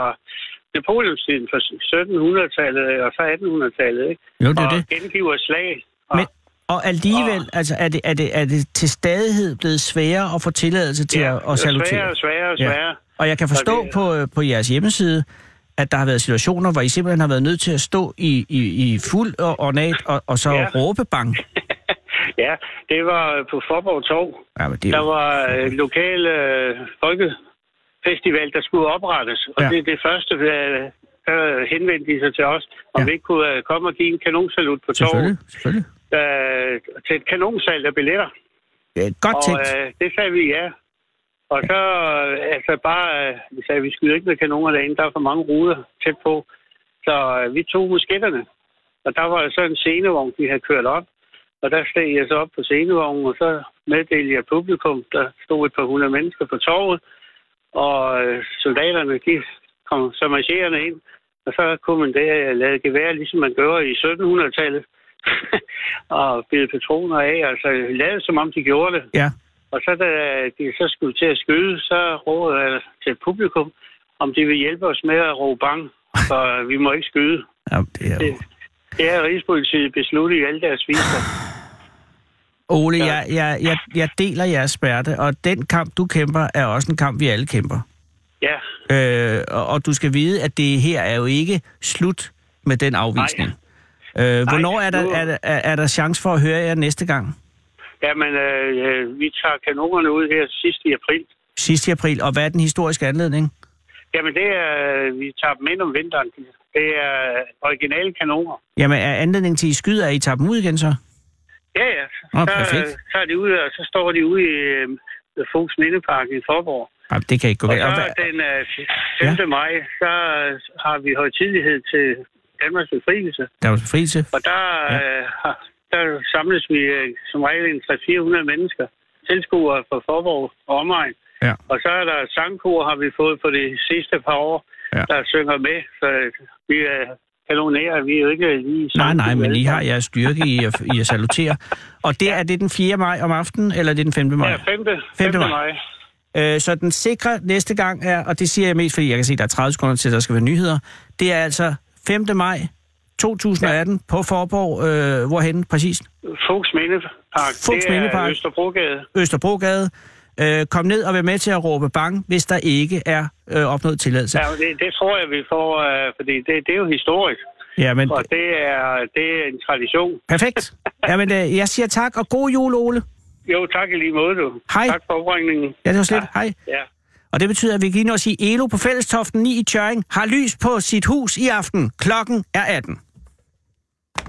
Napoleonstiden, fra 1700-tallet og fra 1800-tallet. Ikke? Jo, det er og det. gengiver slag. Og, Men, og alligevel, altså, er det, er, det, er det til stadighed blevet sværere at få tilladelse til at, at Sværere salutere? og sværere og Ja. sværere. Ja. Og jeg kan forstå det- på, øh, på jeres hjemmeside, at der har været situationer, hvor I simpelthen har været nødt til at stå i, i, i fuld og ornat og, og så Ja. råbe bang. Ja, det var på Forborg Torv. Ja, men det er Der jo... var øh, lokale øh, folkefestival, der skulle oprettes. Og Ja. ja. det er det første, øh, der henvendte de sig til os, om Ja. ja. vi ikke kunne øh, komme og give en kanonsalut på torvet Selvfølgelig, selvfølgelig. øh, til et kanonsalg af billetter. Ja, godt Og tænkt. øh, det sagde vi ja. Og så øh, altså bare, øh, vi sagde, vi skyder ikke med kanoner derinde, der er for mange ruder tæt på. Så øh, vi tog musketterne, og der var så en scenevogn, vi havde kørt op. Og der steg jeg så op på scenevognen, og så meddelte jeg publikum, der stod et par hundrede mennesker på torvet, og øh, soldaterne, de kom så marcherende ind, og så kunne man det øh, lade gevær, ligesom man gjorde i 1700-tallet, og bide patroner af, altså lade som om de gjorde det. Ja. Og så da de så skulle til at skyde, så rådede jeg til publikum, om de vil hjælpe os med at råbe bang, for vi må ikke skyde. ja det er jo... Det, det har Rigspolitiet besluttet i alle deres viser. Ole, jeg, jeg, jeg, jeg deler jeres smerte, og den kamp, du kæmper, er også en kamp, vi alle kæmper. Ja, Øh, og, og du skal vide, at det her er jo ikke slut med den afvisning. Øh, hvornår er der, nu- er, der- er, er der chance for at høre jer næste gang? jamen, øh, øh, vi tager kanonerne ud her sidst i april. Sidst i april, og hvad er den historiske anledning? Jamen, det er, øh, vi tager dem ind om vinteren. Det er originale kanoner. Jamen, er anledningen til, at I skyder, at I tager dem ud igen så? Ja, ja. Nå, Så perfekt. øh, tager de ud, og så står de ude i øh, Fogs Mindepark i Forborg. Jamen, det kan ikke gå Og galt. Og så hvad- den øh, 5. Ja. maj, så øh, har vi højtidlighed til Danmarks befrielse. Der er jo befrielse. Og der, Ja. ja. øh, har- der samles vi øh, som regel en 300-400 mennesker, tilskuere fra Forborg og omegn. Ja. Og så er der sangkor, har vi fået på de sidste par år, Ja. ja. der synger med. Så øh, vi er kanonerer, vi er jo ikke lige Nej, nej, men I I har jeres styrke i at, i at salutere. Og det, er det den 4. maj om aftenen, eller er det den 5. maj? Ja, 5. 5. 5. maj. Øh, så den sikre næste gang er, og det siger jeg mest, fordi jeg kan se, at der er 30 sekunder til, at der skal være nyheder, det er altså 5. maj 2018 ja. på Forborg, øh, hvorhen præcis? Fogs Mindepark, Fugls det er Mindepark. Østerbrogade. Østerbrogade. Øh, kom ned og vær med til at råbe bang, hvis der ikke er øh, opnået tilladelse. Ja, det, det tror jeg, vi får, øh, fordi det, det er jo historisk. Ja, men Og det er, det er en tradition. perfekt. Jamen, øh, jeg siger tak, og god jul, Ole. Jo, tak i lige måde, du. Hej. Tak for opringningen. Ja, det var slet. Ja. Hej. Ja. Og det betyder, at vi kan nå at sige, Elo på Fællestoften 9 i Tjøring har lys på sit hus i aften. Klokken er 18.